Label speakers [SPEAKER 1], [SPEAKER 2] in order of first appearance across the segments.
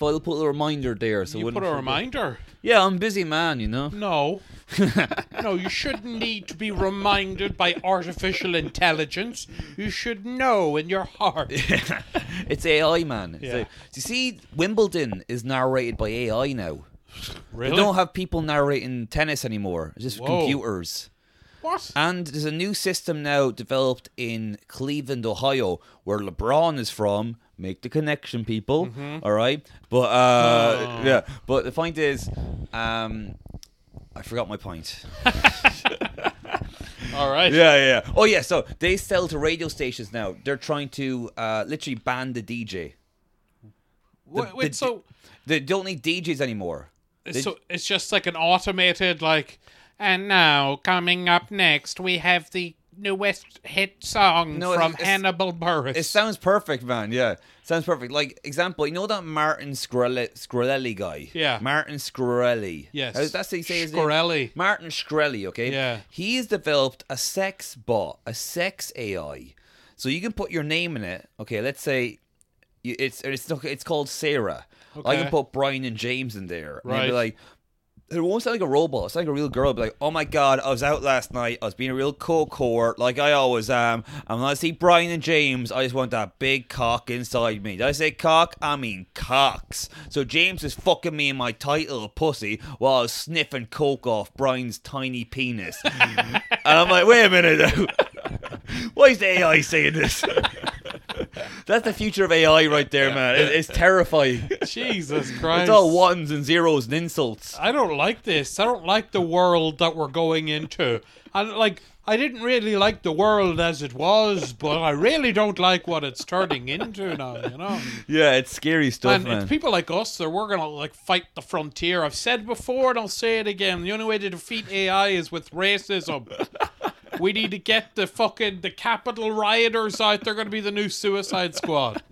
[SPEAKER 1] I'll put a reminder there. So
[SPEAKER 2] you
[SPEAKER 1] wouldn't
[SPEAKER 2] put a
[SPEAKER 1] forget.
[SPEAKER 2] reminder.
[SPEAKER 1] Yeah, I'm a busy man, you know.
[SPEAKER 2] No. no, you shouldn't need to be reminded by artificial intelligence. You should know in your heart.
[SPEAKER 1] It's AI, man. It's
[SPEAKER 2] Yeah.
[SPEAKER 1] like- do you see, Wimbledon is narrated by AI now.
[SPEAKER 2] Really?
[SPEAKER 1] They don't have people narrating tennis anymore. It's just
[SPEAKER 2] Whoa.
[SPEAKER 1] computers.
[SPEAKER 2] what?
[SPEAKER 1] And there's a new system now developed in Cleveland, Ohio, where LeBron is from. Make the connection, people.
[SPEAKER 2] Mm-hmm.
[SPEAKER 1] All right, but uh,
[SPEAKER 2] Ah.
[SPEAKER 1] yeah, but the point is, um, I forgot my point.
[SPEAKER 2] All right.
[SPEAKER 1] Yeah, yeah. yeah. Oh yeah, so they sell to radio stations now. They're trying to uh, literally ban the DJ.
[SPEAKER 2] Wait,
[SPEAKER 1] The-
[SPEAKER 2] wait,
[SPEAKER 1] the-
[SPEAKER 2] so
[SPEAKER 1] They don't need DJs anymore.
[SPEAKER 2] so it's just like an automated like and now coming up next we have the newest hit song
[SPEAKER 1] No, it's-
[SPEAKER 2] from
[SPEAKER 1] it's-
[SPEAKER 2] Hannibal Burris.
[SPEAKER 1] It sounds perfect, man. Yeah, sounds perfect. Like example, you know that Martin Scorelli, Scorelli guy.
[SPEAKER 2] Yeah.
[SPEAKER 1] Martin Scorelli.
[SPEAKER 2] Yes.
[SPEAKER 1] How- that's how you say his name?
[SPEAKER 2] Scorelli.
[SPEAKER 1] Martin Scorelli. Okay.
[SPEAKER 2] Yeah.
[SPEAKER 1] He has developed a sex bot, a sex AI. So you can put your name in it. Okay. Let's say you- it's it's not- it's called Sarah. I
[SPEAKER 2] Okay.
[SPEAKER 1] can put Brian and James in there. And they'd
[SPEAKER 2] Right.
[SPEAKER 1] be like. It won't sound like a robot. It's like a real girl. It'd Be like, oh my god, I was out last night. I was being a real cool court, like I always am. And when I see Brian and James, I just want that big cock inside me. Did I say cock? I mean cocks. So James is fucking me in my tight little pussy while I was sniffing coke off Brian's tiny penis. and I'm like, wait a minute. now. Why is the AI saying this? That's the future of AI right there, man. It- It's terrifying.
[SPEAKER 2] Jesus Christ.
[SPEAKER 1] It's all ones and zeros and insults.
[SPEAKER 2] I don't like this. I don't like the world that we're going into. I like I didn't really like the world as it was, but I really don't like what it's turning into now, you know.
[SPEAKER 1] Yeah, it's scary stuff,
[SPEAKER 2] and it's people like us that we're gonna like fight the frontier. I've said before and I'll say it again. The only way to defeat AI is with racism. we need to get the fucking the capital rioters out. They're gonna be the new Suicide Squad.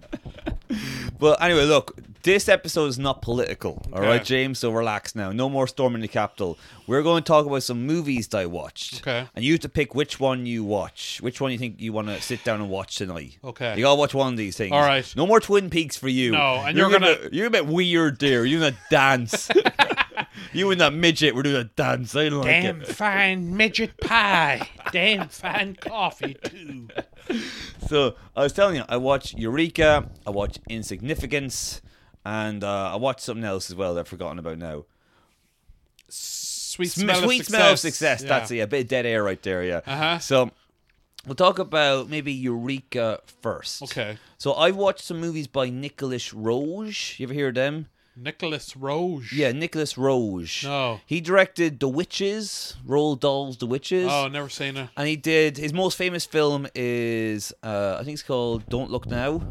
[SPEAKER 1] But anyway, look, this episode is not political, all
[SPEAKER 2] Okay.
[SPEAKER 1] right, James? So relax now. No more storming the Capitol. We're going to talk about some movies that I watched.
[SPEAKER 2] Okay.
[SPEAKER 1] And you have to pick which one you watch, which one you think you want to sit down and watch tonight.
[SPEAKER 2] Okay.
[SPEAKER 1] You got to watch one of these things.
[SPEAKER 2] All right.
[SPEAKER 1] No more Twin Peaks for you.
[SPEAKER 2] No, and you're
[SPEAKER 1] gonna,
[SPEAKER 2] gonna-
[SPEAKER 1] You're a bit weird there. You're going to dance. you and that midget were doing a dance. I don't like
[SPEAKER 2] Damn
[SPEAKER 1] it.
[SPEAKER 2] fine midget pie. Damn fine coffee too.
[SPEAKER 1] So I was telling you, I watch Eureka, I watch Insignificance, and uh, I watch something else as well that I've forgotten about now.
[SPEAKER 2] Sweet
[SPEAKER 1] Sm-
[SPEAKER 2] smell
[SPEAKER 1] sweet
[SPEAKER 2] of success.
[SPEAKER 1] smell of success.
[SPEAKER 2] Yeah.
[SPEAKER 1] That's it. A bit of dead air right there. Yeah.
[SPEAKER 2] Uh-huh.
[SPEAKER 1] So we'll talk about maybe Eureka first.
[SPEAKER 2] Okay.
[SPEAKER 1] So I've watched some movies by Nicholas Roge. You ever hear of them?
[SPEAKER 2] Nicholas Roge.
[SPEAKER 1] Yeah, Nicholas Roge.
[SPEAKER 2] No.
[SPEAKER 1] He directed The Witches, Roll Dolls, The Witches.
[SPEAKER 2] Oh, never seen it.
[SPEAKER 1] And he did his most famous film is uh, I think it's called Don't Look Now.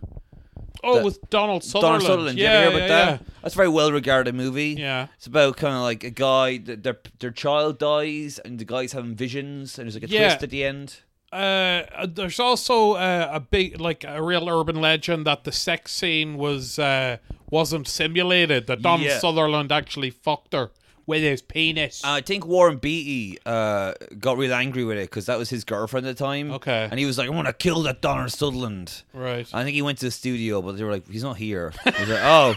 [SPEAKER 2] Oh,
[SPEAKER 1] The-
[SPEAKER 2] with Donald Sutherland.
[SPEAKER 1] Donald Sutherland.
[SPEAKER 2] Yeah,
[SPEAKER 1] you ever hear
[SPEAKER 2] yeah,
[SPEAKER 1] about
[SPEAKER 2] yeah.
[SPEAKER 1] that? That's a very well regarded movie.
[SPEAKER 2] Yeah.
[SPEAKER 1] It's about kind of like a guy, th- their their child dies, and the guy's having visions, and there's like a
[SPEAKER 2] Yeah.
[SPEAKER 1] twist at the end.
[SPEAKER 2] uh, there's also uh, a big like a real urban legend that the sex scene was uh, wasn't simulated that Donald
[SPEAKER 1] Yeah. Uh,
[SPEAKER 2] Sutherland actually fucked her with his penis.
[SPEAKER 1] I think Warren Beatty uh, got real angry with it because that was his girlfriend at the time.
[SPEAKER 2] Okay.
[SPEAKER 1] And he was like, I want to kill that Donald Sutherland.
[SPEAKER 2] right.
[SPEAKER 1] I think he went to the studio, but they were like, he's not here. He's like, oh,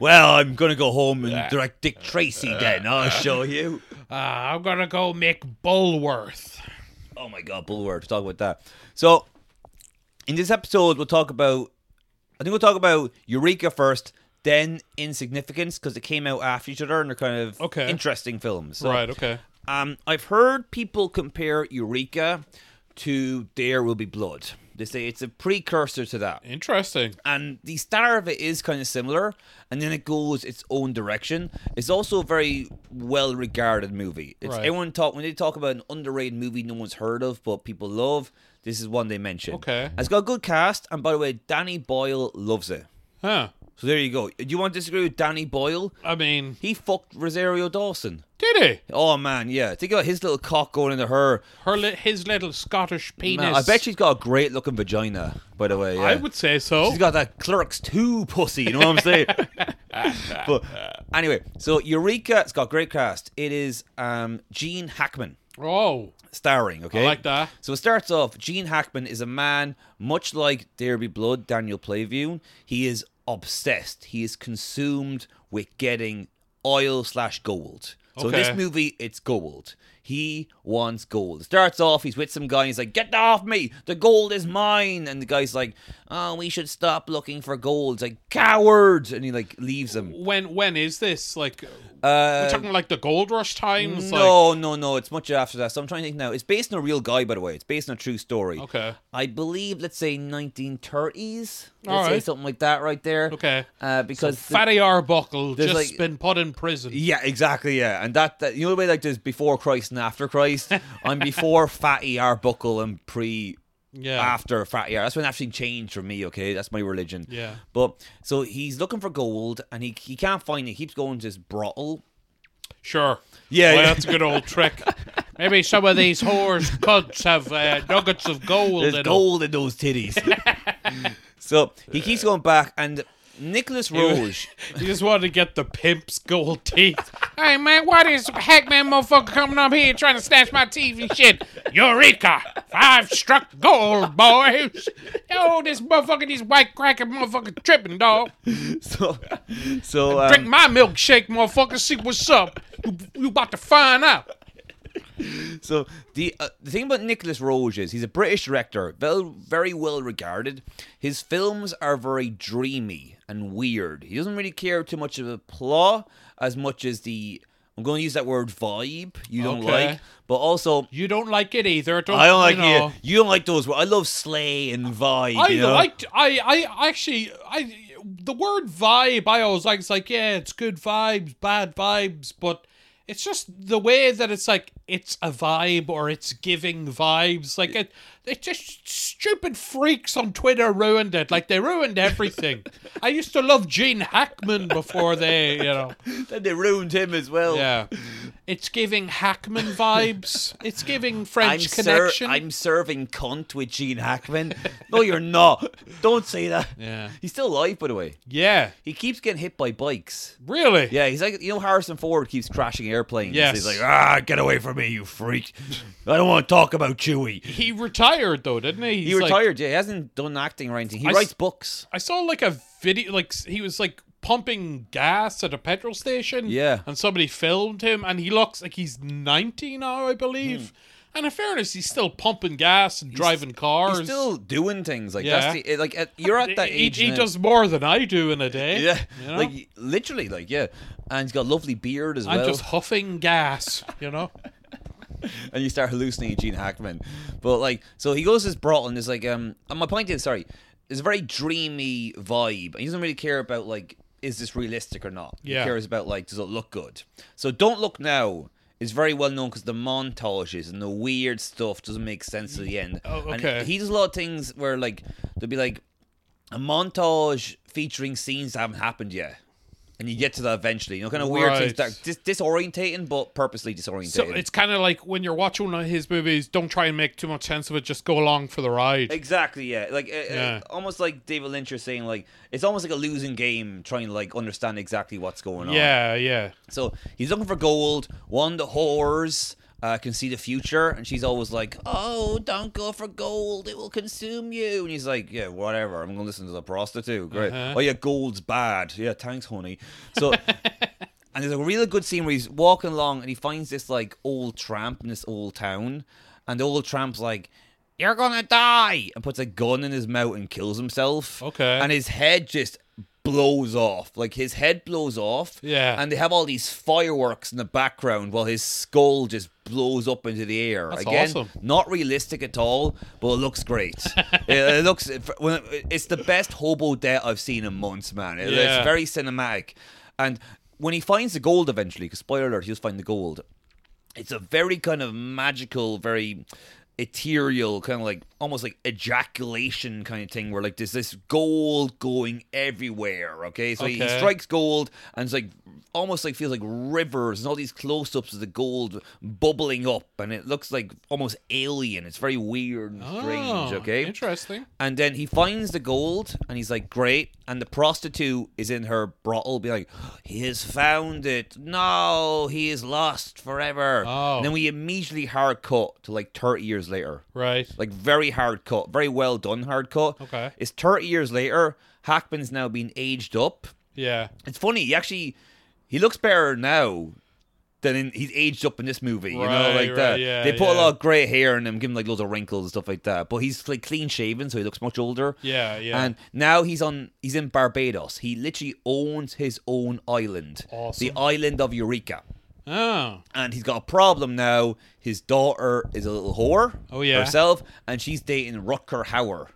[SPEAKER 1] well, I'm going to go home and direct Dick Tracy then. I'll show you.
[SPEAKER 2] Uh, I'm gonna go make Bullworth.
[SPEAKER 1] Oh my god, Bulwark. Talk about that. So, in this episode, we'll talk about. I think we'll talk about Eureka first, then Insignificance, because it came out after each other and they're kind of
[SPEAKER 2] Okay.
[SPEAKER 1] interesting films. So,
[SPEAKER 2] right. Okay.
[SPEAKER 1] Um, I've heard people compare Eureka to There Will Be Blood. They say it's a precursor to that
[SPEAKER 2] Interesting.
[SPEAKER 1] and the star of it is kind of similar and then it goes its own direction it's also a very well regarded movie it's
[SPEAKER 2] Right.
[SPEAKER 1] everyone talk when they talk about an underrated movie no one's heard of but people love this is one they mention
[SPEAKER 2] Okay.
[SPEAKER 1] it's got a good cast and by the way danny boyle loves it
[SPEAKER 2] Huh.
[SPEAKER 1] so there you go do you want to disagree with danny boyle
[SPEAKER 2] I mean,
[SPEAKER 1] he fucked rosario dawson
[SPEAKER 2] did he?
[SPEAKER 1] oh man yeah think about his little cock going into her
[SPEAKER 2] Her li- his little Scottish penis.
[SPEAKER 1] man, i bet she's got a great looking vagina by the way yeah.
[SPEAKER 2] I would say so.
[SPEAKER 1] She's got that clerks two pussy. You know what I'm saying? but anyway, so Eureka. It's got great cast. It is um, Gene Hackman
[SPEAKER 2] oh,
[SPEAKER 1] starring. Okay,
[SPEAKER 2] I like that.
[SPEAKER 1] So it starts off. Gene Hackman is a man much like There Be Blood. Daniel Playview. He is obsessed. He is consumed with getting oil slash gold. So in this
[SPEAKER 2] Okay.
[SPEAKER 1] movie, it's gold. He wants gold. It starts off, he's with some guy, and he's like, Get off me! The gold is mine! And the guy's like, Oh, we should stop looking for gold. It's like, Coward! And he like leaves him.
[SPEAKER 2] When when is this? Like
[SPEAKER 1] Uh,
[SPEAKER 2] we're talking like the gold rush times?
[SPEAKER 1] no, no, no. It's much after that. So I'm trying to think now. It's based on a real guy, by the way. It's based on a true story.
[SPEAKER 2] Like, okay.
[SPEAKER 1] I believe, let's say 1930s. Let's
[SPEAKER 2] All
[SPEAKER 1] say
[SPEAKER 2] right.
[SPEAKER 1] something like that right there.
[SPEAKER 2] Okay.
[SPEAKER 1] Uh, because the-
[SPEAKER 2] Fatty Arbuckle
[SPEAKER 1] there's
[SPEAKER 2] just
[SPEAKER 1] like-
[SPEAKER 2] been put in prison.
[SPEAKER 1] yeah, exactly. Yeah, and that, that you know the way like there's before Christ and after Christ. I'm before Fatty Arbuckle and pre
[SPEAKER 2] yeah.
[SPEAKER 1] after Fatty. Ar- That's when actually changed for me. Okay, that's my religion.
[SPEAKER 2] Yeah.
[SPEAKER 1] But so he's looking for gold and he he can't find it. He keeps going to this brothel.
[SPEAKER 2] Sure.
[SPEAKER 1] Yeah,
[SPEAKER 2] Well,
[SPEAKER 1] yeah.
[SPEAKER 2] that's a good old trick. Maybe some of these whores cunts have uh, nuggets of gold. in
[SPEAKER 1] There's
[SPEAKER 2] 'em.
[SPEAKER 1] gold in those titties. so he keeps going back, and Nicholas Roge.
[SPEAKER 2] You just wanted to get the pimp's gold teeth. hey man, why this hack man motherfucker coming up here trying to snatch my teeth and shit? Eureka! Five struck gold, boys. Yo, this motherfucker, these white cracker motherfucker tripping, dog.
[SPEAKER 1] So, so um,
[SPEAKER 2] Drink my milkshake, motherfucker. See what's up. You, you about to find out.
[SPEAKER 1] So the uh, the thing about Nicholas Roge is he's a British director, very very well regarded. His films are very dreamy and weird. He doesn't really care too much of the plot as much as the I'm going to use that word vibe. You don't
[SPEAKER 2] Okay.
[SPEAKER 1] like, but also
[SPEAKER 2] You don't like it either. Don't,
[SPEAKER 1] I don't like
[SPEAKER 2] you. Know.
[SPEAKER 1] you. You don't like those. wo- I love sleigh and vibe.
[SPEAKER 2] I
[SPEAKER 1] you know?
[SPEAKER 2] liked. I. I actually. I. The word vibe. I always like. It's like yeah, it's good vibes, bad vibes, but it's just the way that it's like it's a vibe or it's giving vibes. Like it. It just stupid freaks on Twitter ruined it. Like they ruined everything. I used to love Gene Hackman before they. You know.
[SPEAKER 1] Then they ruined him as well.
[SPEAKER 2] Yeah. It's giving Hackman vibes. It's giving
[SPEAKER 1] I'm,
[SPEAKER 2] French
[SPEAKER 1] ser-
[SPEAKER 2] connection.
[SPEAKER 1] I'm serving cunt with Gene Hackman. no, you're not. Don't say that.
[SPEAKER 2] Yeah.
[SPEAKER 1] He's still alive, by the way.
[SPEAKER 2] yeah.
[SPEAKER 1] He keeps getting hit by bikes.
[SPEAKER 2] Really.
[SPEAKER 1] Yeah, he's like you know Harrison Ford keeps crashing airplanes.
[SPEAKER 2] Yes.
[SPEAKER 1] He's like, ah, get away from me, you freak! I don't want to talk about Chewie.
[SPEAKER 2] He retired though, didn't he?
[SPEAKER 1] He
[SPEAKER 2] He's like-
[SPEAKER 1] retired. yeah, he hasn't done acting or anything. He
[SPEAKER 2] I
[SPEAKER 1] writes
[SPEAKER 2] s-
[SPEAKER 1] books.
[SPEAKER 2] I saw like a video, like s- he was like pumping gas at a petrol station.
[SPEAKER 1] Yeah.
[SPEAKER 2] And somebody filmed him, and he looks like he's 90 now, I believe. And in fairness, he's still pumping gas and driving cars.
[SPEAKER 1] Hmm. He's still doing things like
[SPEAKER 2] Yeah.
[SPEAKER 1] that's the, it- like at, you're at that
[SPEAKER 2] he,
[SPEAKER 1] age.
[SPEAKER 2] he
[SPEAKER 1] now.
[SPEAKER 2] does more than I do in a day.
[SPEAKER 1] Yeah,
[SPEAKER 2] You know?
[SPEAKER 1] like literally, like yeah, and he's got a lovely beard as
[SPEAKER 2] I'm
[SPEAKER 1] well.
[SPEAKER 2] just huffing gas, you know?
[SPEAKER 1] and you start hallucinating Gene Hackman. But like, so he goes to this brothel and it's like, um, and my point is, sorry, it's a very dreamy vibe. He doesn't really care about like, is this realistic or not?
[SPEAKER 2] Yeah.
[SPEAKER 1] He cares about like, does it look good? So don't look now. is very well known because the montages and the weird stuff doesn't make sense to the end.
[SPEAKER 2] Oh, okay.
[SPEAKER 1] And he does a lot of things where like there'll be like a montage featuring scenes that haven't happened yet, and you get to that eventually. You know, kind of weird things
[SPEAKER 2] Right.
[SPEAKER 1] that dis- disorientating, but purposely disorientating.
[SPEAKER 2] So it's kind of like when you're watching one of his movies, don't try and make too much sense of it, just go along for the ride.
[SPEAKER 1] Exactly, yeah. Like uh,
[SPEAKER 2] Yeah.
[SPEAKER 1] Uh, almost like David Lynch is saying, like it's almost like a losing game trying to like understand exactly what's going on.
[SPEAKER 2] yeah, yeah.
[SPEAKER 1] So he's looking for gold. One the whores uh, can see the future, and she's always like, "Oh, don't go for gold; it will consume you." And he's like, "Yeah, whatever. I'm gonna listen to the prostitute. Great.
[SPEAKER 2] Uh-huh.
[SPEAKER 1] Oh yeah, gold's bad. Yeah, thanks, honey." So. And there's a really good scene where he's walking along and he finds this like old tramp in this old town, and the old tramp's like, "You're gonna die," and puts a gun in his mouth and kills himself.
[SPEAKER 2] Okay.
[SPEAKER 1] And his head just blows off. Like his head blows off.
[SPEAKER 2] Yeah.
[SPEAKER 1] And they have all these fireworks in the background while his skull just blows up into the air.
[SPEAKER 2] That's
[SPEAKER 1] Again,
[SPEAKER 2] awesome.
[SPEAKER 1] not realistic at all, but it looks great. it, it looks when it- it's the best hobo debt I've seen in months, man. It-
[SPEAKER 2] Yeah.
[SPEAKER 1] It's very cinematic, and when he finds the gold eventually, because spoiler alert, he'll find the gold. It's a very kind of magical, very ethereal kind of like almost like ejaculation kind of thing where like there's this gold going everywhere okay so he- he
[SPEAKER 2] Okay.
[SPEAKER 1] strikes gold and it's like almost like feels like rivers and all these close ups of the gold bubbling up, and it looks like almost alien. It's very weird and strange.
[SPEAKER 2] Oh,
[SPEAKER 1] okay,
[SPEAKER 2] Interesting.
[SPEAKER 1] and then he finds the gold and he's like, great. And the prostitute is in her brothel, be like, he has found it. No, he is lost forever.
[SPEAKER 2] Oh.
[SPEAKER 1] And then we immediately hard cut to like 30 years later.
[SPEAKER 2] Right.
[SPEAKER 1] Like, very hard cut, very well done hard cut.
[SPEAKER 2] Okay.
[SPEAKER 1] It's 30 years later. Hackman's now been aged up.
[SPEAKER 2] Yeah.
[SPEAKER 1] It's funny, he actually, he looks better now. than in, he's aged up in this movie, you know,
[SPEAKER 2] Right,
[SPEAKER 1] like
[SPEAKER 2] right,
[SPEAKER 1] that.
[SPEAKER 2] yeah,
[SPEAKER 1] they put a
[SPEAKER 2] yeah.
[SPEAKER 1] lot of grey hair in him, give him like loads of wrinkles and stuff like that. But he's like clean shaven, so he looks much older.
[SPEAKER 2] Yeah. Yeah.
[SPEAKER 1] And now he's on he's in Barbados. He literally owns his own island.
[SPEAKER 2] Awesome.
[SPEAKER 1] The island of Eureka.
[SPEAKER 2] oh.
[SPEAKER 1] And he's got a problem now. His daughter is a little whore.
[SPEAKER 2] Oh, yeah.
[SPEAKER 1] Herself, and she's dating Rutger Hauer.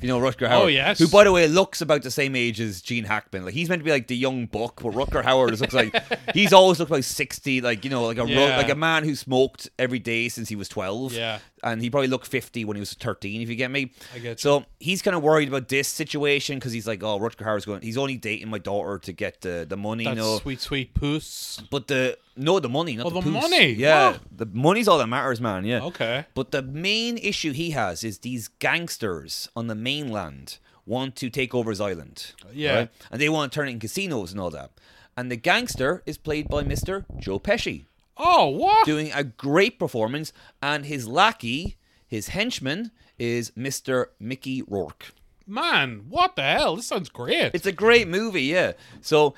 [SPEAKER 1] you know Rutger Hauer.
[SPEAKER 2] Oh, yes.
[SPEAKER 1] Who, by the way, looks about the same age as Gene Hackman. Like he's meant to be like the young buck, but Rutger Hauer just looks like he's always looked like sixty, like you know, like a ru-
[SPEAKER 2] Yeah.
[SPEAKER 1] like a man who smoked every day since he was twelve
[SPEAKER 2] Yeah.
[SPEAKER 1] and he probably looked 50 when he was 13 if you get me
[SPEAKER 2] I get
[SPEAKER 1] so he's kind of worried about this situation because he's like oh Rutger Hauer's going he's only dating my daughter to get the, the money
[SPEAKER 2] That
[SPEAKER 1] no
[SPEAKER 2] sweet, sweet puss.
[SPEAKER 1] but the no the money not
[SPEAKER 2] Oh,
[SPEAKER 1] the,
[SPEAKER 2] the
[SPEAKER 1] poos.
[SPEAKER 2] money.
[SPEAKER 1] yeah
[SPEAKER 2] Wow.
[SPEAKER 1] the money's all that matters man yeah
[SPEAKER 2] Okay.
[SPEAKER 1] but the main issue he has is these gangsters on the mainland want to take over his island
[SPEAKER 2] Yeah.
[SPEAKER 1] and they want to turn it in casinos and all that and the gangster is played by Mr. Joe Pesci
[SPEAKER 2] Oh, what?
[SPEAKER 1] doing a great performance, and his lackey, his henchman, is Mr. Mickey Rourke.
[SPEAKER 2] Man, what the hell? This sounds great.
[SPEAKER 1] It's a great movie, yeah. So,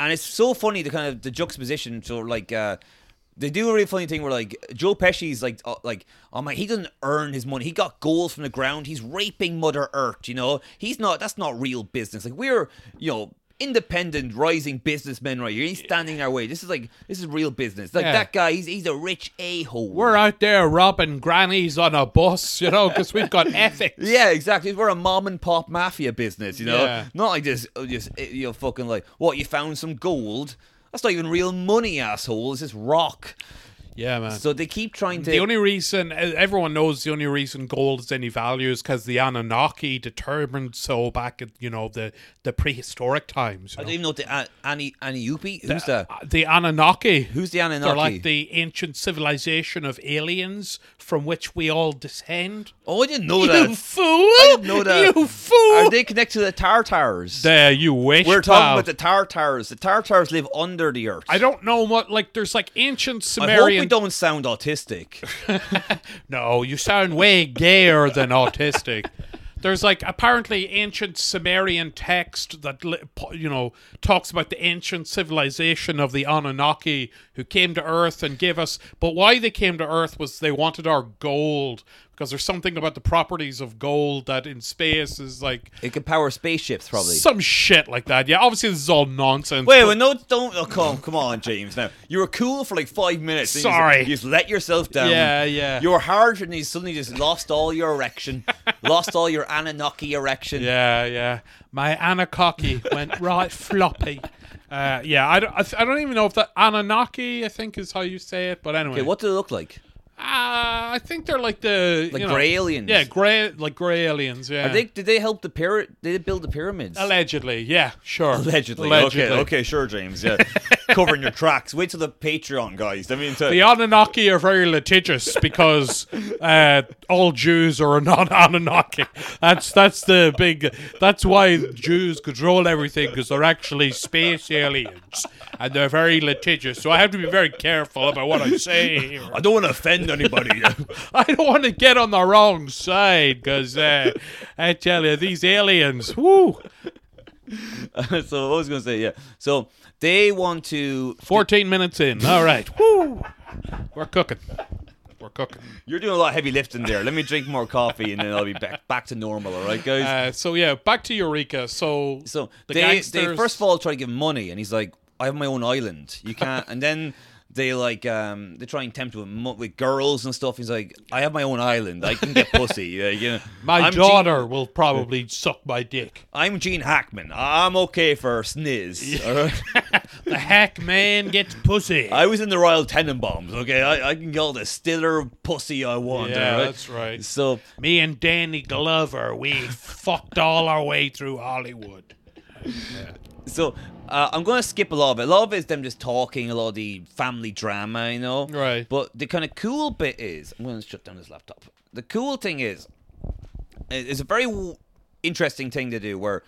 [SPEAKER 1] and it's so funny the kind of the juxtaposition. So like, uh, they do a really funny thing where like Joe Pesci's like, uh, like, oh my, he doesn't earn his money. He got gold from the ground. He's raping Mother Earth. You know, he's not. That's not real business. Like we're, you know. Independent rising businessmen, right here. He's standing in our way. This is like this is real business. Like
[SPEAKER 2] Yeah.
[SPEAKER 1] that guy, he's he's a rich a hole.
[SPEAKER 2] We're out there robbing grannies on a bus, you know, because we've got ethics.
[SPEAKER 1] Yeah, exactly. We're a mom and pop mafia business, you know.
[SPEAKER 2] Yeah.
[SPEAKER 1] Not like just uh, just uh, you know fucking like what you found some gold. That's not even real money, asshole. It's just rock.
[SPEAKER 2] Yeah, man.
[SPEAKER 1] So they keep trying to.
[SPEAKER 2] the only reason eh, everyone knows the only reason gold has any value is because the Anunnaki determined so back at you know the the prehistoric times. you
[SPEAKER 1] I
[SPEAKER 2] know.
[SPEAKER 1] don't even know the uh, Annie Annie Yuppie. Who's the
[SPEAKER 2] Uh, the Anunnaki,
[SPEAKER 1] Who's the Anunnaki?
[SPEAKER 2] they're like the ancient civilization of aliens from which we all descend.
[SPEAKER 1] oh, I didn't know
[SPEAKER 2] You
[SPEAKER 1] that.
[SPEAKER 2] fool!
[SPEAKER 1] didn't know that.
[SPEAKER 2] You fool!
[SPEAKER 1] Are they connected to the Tartars?
[SPEAKER 2] there, you wish.
[SPEAKER 1] We're talking
[SPEAKER 2] pal.
[SPEAKER 1] about the Tartars. The Tartars live under the earth.
[SPEAKER 2] I don't know what like. There's like ancient
[SPEAKER 1] I hope we
[SPEAKER 2] Sumerian
[SPEAKER 1] don't sound autistic.
[SPEAKER 2] No, you sound way gayer than autistic. There's like apparently ancient Sumerian text that li- po- you know talks about the ancient civilization of the Anunnaki who came to Earth and gave us. But why they came to Earth was they wanted our gold because there's something about the properties of gold that in space is like
[SPEAKER 1] it could power spaceships, probably.
[SPEAKER 2] some shit like that. Yeah, obviously this is all nonsense.
[SPEAKER 1] Wait,
[SPEAKER 2] but-
[SPEAKER 1] wait, no, don't. Oh, come, come on, James. Now you were cool for like five minutes. then you just-
[SPEAKER 2] Sorry.
[SPEAKER 1] you just, let yourself down.
[SPEAKER 2] Yeah, yeah.
[SPEAKER 1] You were hard, and you suddenly just lost all your erection, lost all your Anunnaki erection.
[SPEAKER 2] Yeah, yeah. My Anunnaki went right floppy. Uh, yeah, I don't, I, th- I don't even know if that Anunnaki, I think, is how you say it. But anyway,
[SPEAKER 1] Okay, what do they look like?
[SPEAKER 2] Uh, I think they're like the
[SPEAKER 1] Like
[SPEAKER 2] you know-
[SPEAKER 1] grey aliens?
[SPEAKER 2] Yeah, grey like grey aliens. Yeah,
[SPEAKER 1] Are they, did they help the pyramid? Did they build the pyramids?
[SPEAKER 2] allegedly. Yeah, sure.
[SPEAKER 1] Allegedly. Okay, okay, sure, James. Yeah, covering your tracks. Wait till the Patreon guys. I mean, to,
[SPEAKER 2] The Anunnaki are very litigious because uh, all Jews are not Anunnaki. That's that's the big. That's why Jews control everything because they're actually space aliens and they're very litigious. So I have to be very careful about what I say. Here.
[SPEAKER 1] I don't want to offend anybody.
[SPEAKER 2] I don't want to get on the wrong side because uh, I tell you these aliens. Woo,
[SPEAKER 1] so I was gonna say, yeah. So they want to.
[SPEAKER 2] fourteen minutes in. All right, woo, we're cooking. We're cooking.
[SPEAKER 1] You're doing a lot of heavy lifting there. Let me drink more coffee, and then I'll be back back to normal. All right, guys.
[SPEAKER 2] Uh, so yeah, back to Eureka. So
[SPEAKER 1] So
[SPEAKER 2] the
[SPEAKER 1] they, they
[SPEAKER 2] gangsters.
[SPEAKER 1] first of all try to give him money, and he's like, "I have my own island. You can't." and then they like um they try and tempt him with mo- with girls and stuff. He's like, "I have my own island. I can get pussy." Yeah, you know,
[SPEAKER 2] My
[SPEAKER 1] I'm Gene-
[SPEAKER 2] daughter will probably suck my dick.
[SPEAKER 1] I'm Gene Hackman. I'm okay for sniz. all right?
[SPEAKER 2] The hack man gets pussy.
[SPEAKER 1] I was in the Royal Tenenbaums. Okay, I, I can get all the stiller pussy I want.
[SPEAKER 2] yeah,
[SPEAKER 1] all right?
[SPEAKER 2] that's right.
[SPEAKER 1] So
[SPEAKER 2] Me and Danny Glover, we fucked all our way through Hollywood.
[SPEAKER 1] so Uh, I'm going to skip a lot of it. A lot of it is them just talking, a lot of the family drama, you know.
[SPEAKER 2] Right.
[SPEAKER 1] But the kind of cool bit is I'm going to shut down this laptop. The cool thing is, it- it's a very w- interesting thing to do where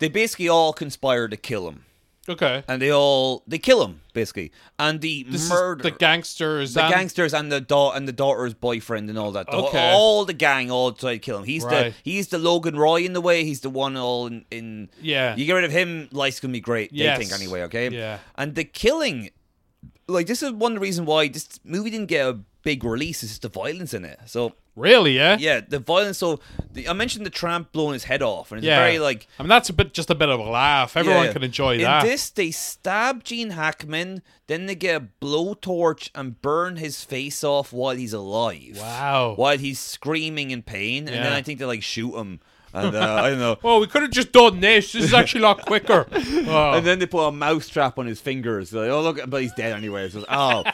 [SPEAKER 1] they basically all conspire to kill him,
[SPEAKER 2] Okay.
[SPEAKER 1] and they all they kill him basically, and the
[SPEAKER 2] This
[SPEAKER 1] murder.
[SPEAKER 2] is the gangsters.
[SPEAKER 1] the
[SPEAKER 2] and-
[SPEAKER 1] gangsters and the da- and the daughter's boyfriend and all that. The-
[SPEAKER 2] Okay.
[SPEAKER 1] All the gang all try to kill him. He's
[SPEAKER 2] Right.
[SPEAKER 1] the he's the Logan Roy in the way. He's the one all in. in
[SPEAKER 2] Yeah.
[SPEAKER 1] You get rid of him, life's gonna be great.
[SPEAKER 2] Yes.
[SPEAKER 1] They think anyway. Okay.
[SPEAKER 2] Yeah.
[SPEAKER 1] And the killing, like this is one reason why this movie didn't get a big release. Is just the violence in it. So
[SPEAKER 2] Really? eh? Yeah.
[SPEAKER 1] yeah, the violence. So the, I mentioned the tramp blowing his head off, and it's a
[SPEAKER 2] Yeah.
[SPEAKER 1] very like
[SPEAKER 2] I mean, that's a bit just a bit of a laugh. Everyone
[SPEAKER 1] yeah.
[SPEAKER 2] can enjoy
[SPEAKER 1] In
[SPEAKER 2] that.
[SPEAKER 1] this, they stab Gene Hackman, then they get a blowtorch and burn his face off while he's alive.
[SPEAKER 2] Wow.
[SPEAKER 1] While he's screaming in pain, and then
[SPEAKER 2] Yeah.
[SPEAKER 1] I think they like shoot him, and uh, I don't know.
[SPEAKER 2] Well, we could have just done this. This is actually a lot quicker. Oh.
[SPEAKER 1] And then they put a mousetrap on his fingers. They're Like, oh look, but he's dead anyway. So it's, oh,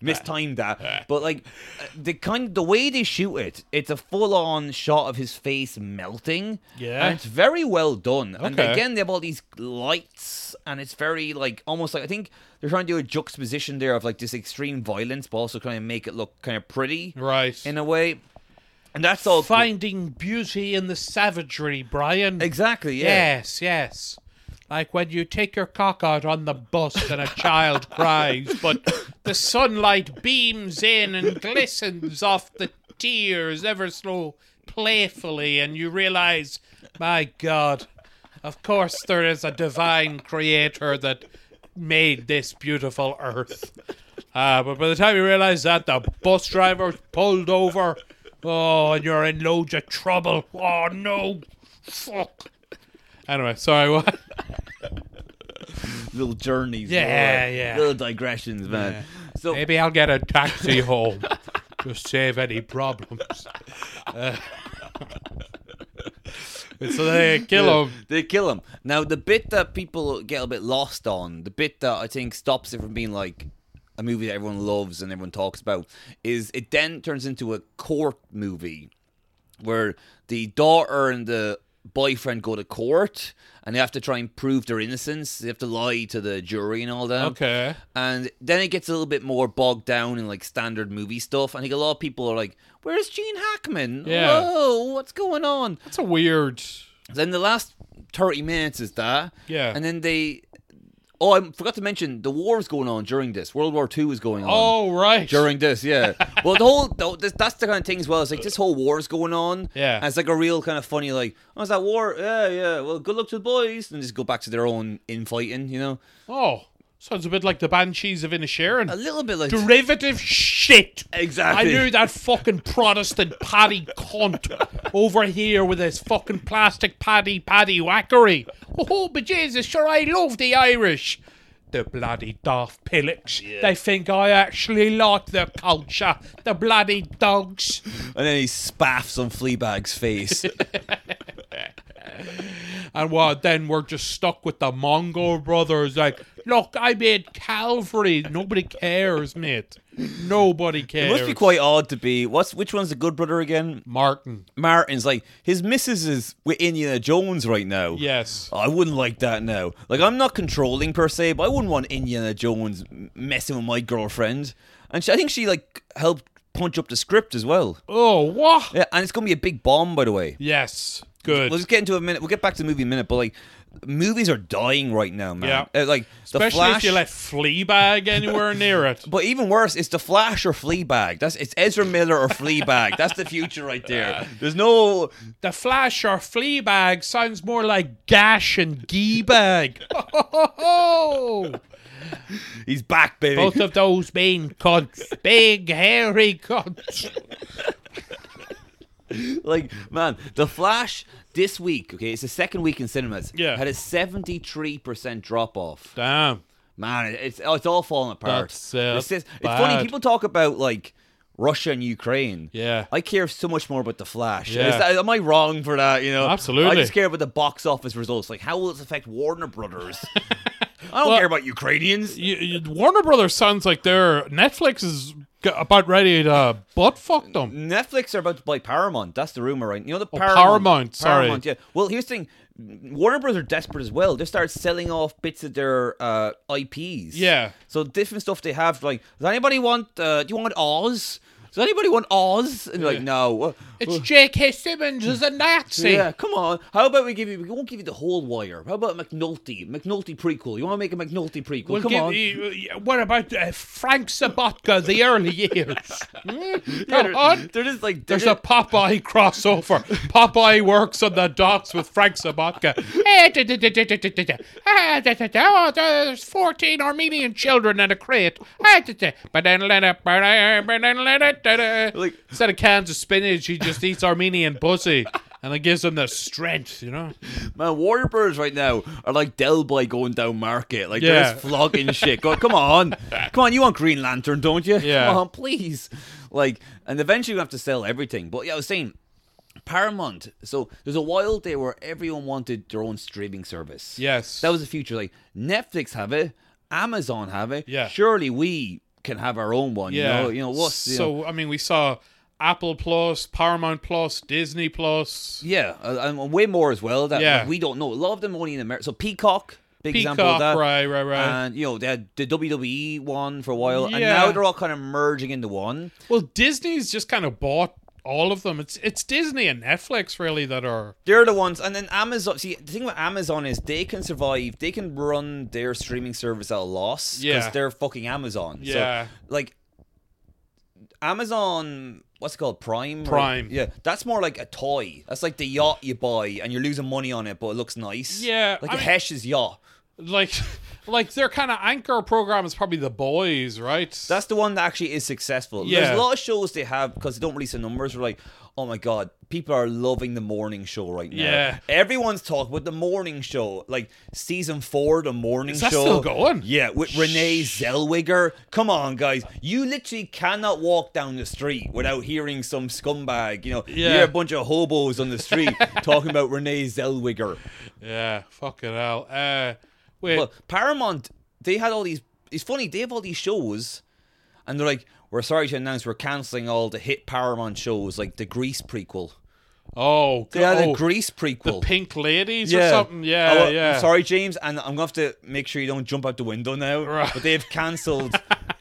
[SPEAKER 1] mistimed that. But like uh, the kind, the way they shoot it, it's a full-on shot of his face melting.
[SPEAKER 2] Yeah.
[SPEAKER 1] and it's very well done. And
[SPEAKER 2] Okay.
[SPEAKER 1] again, they have all these lights, and it's very like almost like I think they're trying to do a juxtaposition there of like this extreme violence, but also kind of make it look kind of pretty
[SPEAKER 2] right.
[SPEAKER 1] in a way. And that's all cool.
[SPEAKER 2] Finding beauty in the savagery, Brian.
[SPEAKER 1] Exactly. Yeah.
[SPEAKER 2] Yes, yes. Like when you take your cock out on the bus and a child cries, but the sunlight beams in and glistens off the tears ever so playfully, and you realize, my God, of course there is a divine creator that made this beautiful earth. Ah, but by the time you realize that, the bus driver's pulled over. Oh, and you're in loads of trouble. Oh, no. Fuck. Anyway, sorry. What?
[SPEAKER 1] Little journeys.
[SPEAKER 2] Yeah,
[SPEAKER 1] little, uh,
[SPEAKER 2] yeah.
[SPEAKER 1] Little digressions, man. So
[SPEAKER 2] Maybe I'll get a taxi home to save any problems. Uh, so they kill him.
[SPEAKER 1] They kill him. Now, the bit that people get a bit lost on, the bit that I think stops it from being like a movie that everyone loves and everyone talks about, is it then turns into a court movie where the daughter and the boyfriend go to court and they have to try and prove their innocence. They have to lie to the jury and all that.
[SPEAKER 2] Okay.
[SPEAKER 1] And then it gets a little bit more bogged down in like standard movie stuff. I think a lot of people are like, "Where's Gene Hackman?
[SPEAKER 2] Yeah.
[SPEAKER 1] Whoa, what's going on?"
[SPEAKER 2] That's a weird.
[SPEAKER 1] Then the last thirty minutes is that.
[SPEAKER 2] Yeah.
[SPEAKER 1] And then they. Oh, I forgot to mention the war is going on during this. World War Two is going on.
[SPEAKER 2] Oh right.
[SPEAKER 1] During this, yeah. well, the whole the, this, that's the kind of thing as well. It's like this whole war is going on.
[SPEAKER 2] Yeah.
[SPEAKER 1] And it's like a real kind of funny like, oh, is that war? Yeah, yeah. Well, good luck to the boys, and just go back to their own infighting. You know,
[SPEAKER 2] oh, sounds a bit like the Banshees of Inisherin.
[SPEAKER 1] a little bit like
[SPEAKER 2] Derivative shit. I
[SPEAKER 1] exactly.
[SPEAKER 2] knew that fucking Protestant paddy cunt over here with his fucking plastic paddy paddy whackery. Oh, but Jesus, sure, I love the Irish. The bloody daft pillocks. They think I actually like their culture. The bloody dogs.
[SPEAKER 1] And then he spaffs on Fleabag's face.
[SPEAKER 2] And well, then we're just stuck with the Mongol brothers. Like, look, I made Calvary. Nobody cares, mate. Nobody
[SPEAKER 1] it
[SPEAKER 2] cares.
[SPEAKER 1] must be quite odd to be. What's which one's the good brother again?
[SPEAKER 2] Martin.
[SPEAKER 1] Martin's like his missus is with Indiana Jones right now.
[SPEAKER 2] Yes.
[SPEAKER 1] I wouldn't like that now. Like, I'm not controlling per se, but I wouldn't want Indiana Jones m- messing with my girlfriend. And she, I think she, like, helped punch up the script as well.
[SPEAKER 2] Oh, what?
[SPEAKER 1] Yeah, and it's going to be a big bomb, by the way.
[SPEAKER 2] Yes. Good.
[SPEAKER 1] We'll just get into a minute. We'll get back to the movie in a minute, but, like, movies are dying right now, man.
[SPEAKER 2] Yeah.
[SPEAKER 1] Uh, like, The
[SPEAKER 2] Especially
[SPEAKER 1] Flash.
[SPEAKER 2] if you let Fleabag anywhere near it.
[SPEAKER 1] but even worse, it's The Flash or Fleabag. That's It's Ezra Miller or Fleabag. That's the future right there. There's no.
[SPEAKER 2] The Flash or Fleabag sounds more like Gash and Geebag.
[SPEAKER 1] He's back, baby.
[SPEAKER 2] Both of those mean cunts. Big, hairy cunts.
[SPEAKER 1] like man the flash this week okay it's the second week in cinemas
[SPEAKER 2] Yeah.
[SPEAKER 1] had a 73% drop off
[SPEAKER 2] Damn.
[SPEAKER 1] man it's oh, it's all falling apart
[SPEAKER 2] That's, uh,
[SPEAKER 1] it's, just- it's
[SPEAKER 2] bad.
[SPEAKER 1] funny people talk about like russia and ukraine
[SPEAKER 2] Yeah.
[SPEAKER 1] I care so much more about the Flash.
[SPEAKER 2] Yeah.
[SPEAKER 1] Is that, am I wrong for that? You know,
[SPEAKER 2] Absolutely.
[SPEAKER 1] I just care about the box office results. Like, how will this affect Warner Brothers? I don't
[SPEAKER 2] Well-
[SPEAKER 1] care about Ukrainians.
[SPEAKER 2] You, you, Warner Brothers sounds like their Netflix is g- about ready to butt fuck them.
[SPEAKER 1] Netflix are about to buy Paramount. That's the rumor, right? You know the
[SPEAKER 2] Oh, Paramount, sorry.
[SPEAKER 1] Paramount, yeah. Well, here's the thing. Warner Bros. are desperate as well. They start selling off bits of their uh, IPs.
[SPEAKER 2] Yeah.
[SPEAKER 1] So different stuff they have. Like, does anybody want? Uh, do you want Oz? Does anybody want Oz? And you're like,
[SPEAKER 2] Yeah.
[SPEAKER 1] no.
[SPEAKER 2] It's J.K. Simmons is a Nazi.
[SPEAKER 1] Yeah, come on. How about we give you? We won't give you the whole wire. How about McNulty? McNulty prequel. You want to make a McNulty prequel?
[SPEAKER 2] We'll
[SPEAKER 1] come
[SPEAKER 2] give
[SPEAKER 1] on.
[SPEAKER 2] you- what about uh, Frank Sabatka, the early years? Hmm?
[SPEAKER 1] Yeah,
[SPEAKER 2] Come on.
[SPEAKER 1] they're just like
[SPEAKER 2] There's a Popeye crossover. Popeye works on the docks with Frank Sabatka. Eh, da, da, da, da, da, da, da, da. Ah, da, da, da. Oh, There's 14 Armenian children in a crate. Ah, da, da. Ba-da-da-da, ba-da, ba-da-da-da, da-da.
[SPEAKER 1] Like-
[SPEAKER 2] Instead of cans of spinach, he just eats Armenian pussy. And it gives him the strength, you know?
[SPEAKER 1] man. Warner Bros. right now are like Del by going down market. Like
[SPEAKER 2] Yeah.
[SPEAKER 1] they're just flogging shit. Go, come on, come on. You want Green Lantern, don't you?
[SPEAKER 2] Yeah.
[SPEAKER 1] Come on, please. Like, and eventually we have to sell everything. But yeah, I was saying. Paramount. So there's a wild day where everyone wanted their own streaming service.
[SPEAKER 2] Yes.
[SPEAKER 1] That was the future. Like Netflix have it, Amazon have it.
[SPEAKER 2] Yeah.
[SPEAKER 1] Surely we can have our own one.
[SPEAKER 2] Yeah.
[SPEAKER 1] You know, you know what's you
[SPEAKER 2] so
[SPEAKER 1] know-
[SPEAKER 2] I mean, we saw Apple Plus, Paramount Plus, Disney Plus.
[SPEAKER 1] yeah, uh, and way more as well that
[SPEAKER 2] Yeah.
[SPEAKER 1] like, we don't know. A lot of them only in America. So Peacock, big example of
[SPEAKER 2] Peacock,
[SPEAKER 1] that.
[SPEAKER 2] right, right, right.
[SPEAKER 1] And you know they had the WWE one for a while, and
[SPEAKER 2] Yeah.
[SPEAKER 1] now they're all kind of merging into one.
[SPEAKER 2] well, Disney's just kind of bought all of them. It's it's Disney and Netflix really that are
[SPEAKER 1] They're the ones, and then Amazon. See, the thing with Amazon is they can survive. They can run their streaming service at a loss
[SPEAKER 2] Yeah.
[SPEAKER 1] they're fucking Amazon. So,
[SPEAKER 2] Yeah.
[SPEAKER 1] like Amazon, what's it called? Prime. or-
[SPEAKER 2] Prime.
[SPEAKER 1] yeah, that's more like a toy. That's like the yacht you buy, and you're losing money on it, but it looks nice.
[SPEAKER 2] Yeah,
[SPEAKER 1] like
[SPEAKER 2] I
[SPEAKER 1] a
[SPEAKER 2] mean-
[SPEAKER 1] Hesh's yacht.
[SPEAKER 2] like like their kind of anchor program is probably The Boys, right?
[SPEAKER 1] That's the one that actually is successful.
[SPEAKER 2] Yeah.
[SPEAKER 1] There's a lot of shows they have because they don't release the numbers. We're like, oh my god, people are loving the morning show right now.
[SPEAKER 2] Yeah.
[SPEAKER 1] everyone's talking about the morning show, like season four, the morning
[SPEAKER 2] Is that
[SPEAKER 1] show.
[SPEAKER 2] still going?
[SPEAKER 1] Yeah, with Renee Zellweger. Come on, guys, you literally cannot walk down the street without hearing some scumbag. You know, you
[SPEAKER 2] Yeah.
[SPEAKER 1] hear a bunch of hobos on the street talking about Renee Zellweger.
[SPEAKER 2] yeah, fucking hell. Uh, wait,
[SPEAKER 1] Well, Paramount, they had all these. It's funny, they have all these shows, and they're like, "We're sorry to announce we're canceling all the hit Paramount shows, like the Grease prequel.
[SPEAKER 2] oh,
[SPEAKER 1] They had
[SPEAKER 2] oh,
[SPEAKER 1] a Grease prequel."
[SPEAKER 2] the Pink Ladies or something. Yeah,
[SPEAKER 1] Oh, well,
[SPEAKER 2] yeah.
[SPEAKER 1] I'm sorry, James, and I'm gonna have to make sure you don't jump out the window now.
[SPEAKER 2] Right.
[SPEAKER 1] But they've cancelled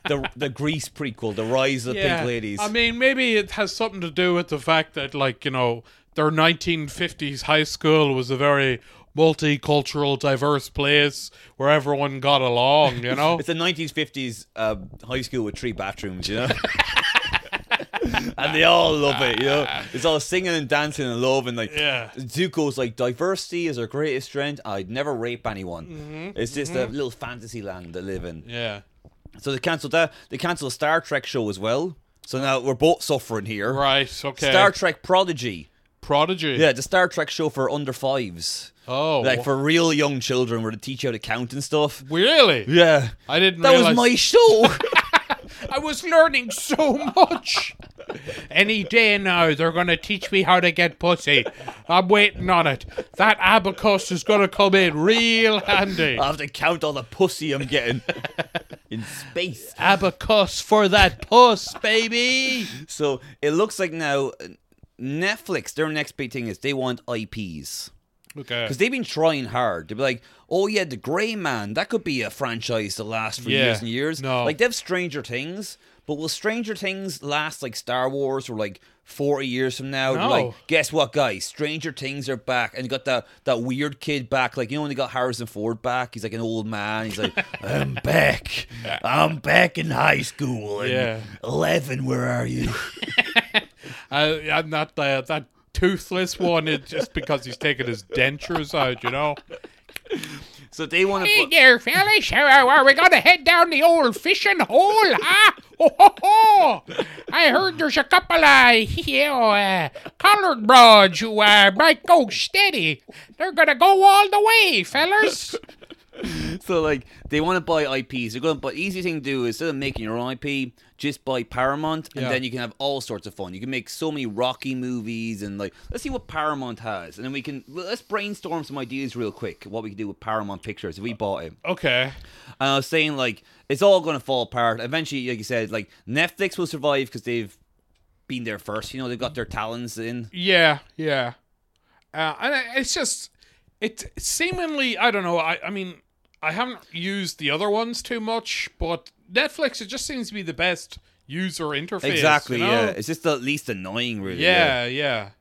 [SPEAKER 1] the the Grease prequel, the Rise of the
[SPEAKER 2] Yeah.
[SPEAKER 1] Pink Ladies.
[SPEAKER 2] I mean, maybe it has something to do with the fact that, like, you know, their 1950s high school was a very multicultural, diverse place where everyone got along, you know?
[SPEAKER 1] it's a 1950s uh, high school with three bathrooms, you know. and they all love it, you know. It's all singing and dancing and love and like
[SPEAKER 2] Yeah.
[SPEAKER 1] Zuko's like diversity is our greatest strength. I'd never rape anyone. It's just a little fantasy land they live in.
[SPEAKER 2] Mm-hmm. yeah.
[SPEAKER 1] So they cancelled that. They cancelled Star Trek show as well. So now we're both suffering here.
[SPEAKER 2] Right, okay.
[SPEAKER 1] Star Trek Prodigy.
[SPEAKER 2] Prodigy.
[SPEAKER 1] Yeah, the Star Trek show for under fives.
[SPEAKER 2] Oh.
[SPEAKER 1] Like for real young children where they teach you how to count and stuff.
[SPEAKER 2] Really?
[SPEAKER 1] Yeah.
[SPEAKER 2] I didn't
[SPEAKER 1] That was
[SPEAKER 2] realize.
[SPEAKER 1] my show.
[SPEAKER 2] I was learning so much. Any day now, they're going to teach me how to get pussy. I'm waiting on it. That abacus is going to come in real handy.
[SPEAKER 1] I have to count all the pussy I'm getting in space.
[SPEAKER 2] abacus for that puss, baby.
[SPEAKER 1] So it looks like now Netflix, their next big thing is they want IPs.
[SPEAKER 2] Okay.
[SPEAKER 1] Because they've been trying hard. They'd be like, oh yeah, The Grey Man, that could be a franchise that lasts for
[SPEAKER 2] Yeah.
[SPEAKER 1] years and years.
[SPEAKER 2] No.
[SPEAKER 1] Like they have Stranger Things, but will Stranger Things last like Star Wars or like 40 years from now? They're
[SPEAKER 2] No.
[SPEAKER 1] Like, guess what, guys? Stranger Things are back. And you got that, that weird kid back. Like, you know when they got Harrison Ford back? He's like an old man. He's like, I'm back. I'm back in high school. And
[SPEAKER 2] Yeah.
[SPEAKER 1] 11, where are you?
[SPEAKER 2] I, I'm not uh, that toothless one. It's just because he's taking his dentures out, you know.
[SPEAKER 1] so they want to.
[SPEAKER 2] Hey there, fellas. How are we gonna head down the old fishing hole, huh? Ho, ho, ho. I heard there's a couple of you know, uh, collared broads who uh, might go steady. They're gonna go all the way, fellas.
[SPEAKER 1] So like they want to buy IPs. They're going to buy easy thing to do is instead of making your own IP, just buy Paramount, and
[SPEAKER 2] Yeah.
[SPEAKER 1] then you can have all sorts of fun. You can make so many Rocky movies and like let's see what Paramount has, and then we can well, let's brainstorm some ideas real quick what we can do with Paramount Pictures if we bought it.
[SPEAKER 2] Okay.
[SPEAKER 1] And I was saying like it's all going to fall apart eventually. Like you said, like Netflix will survive because they've been there first. You know they've got their talents in.
[SPEAKER 2] Yeah, yeah. Uh, and I- it's just It's seemingly, I don't know, I, I mean, I haven't used the other ones too much, but Netflix, it just seems to be the best user interface. you
[SPEAKER 1] Exactly.
[SPEAKER 2] know?
[SPEAKER 1] Yeah. It's just the least annoying, really.
[SPEAKER 2] Yeah, yeah.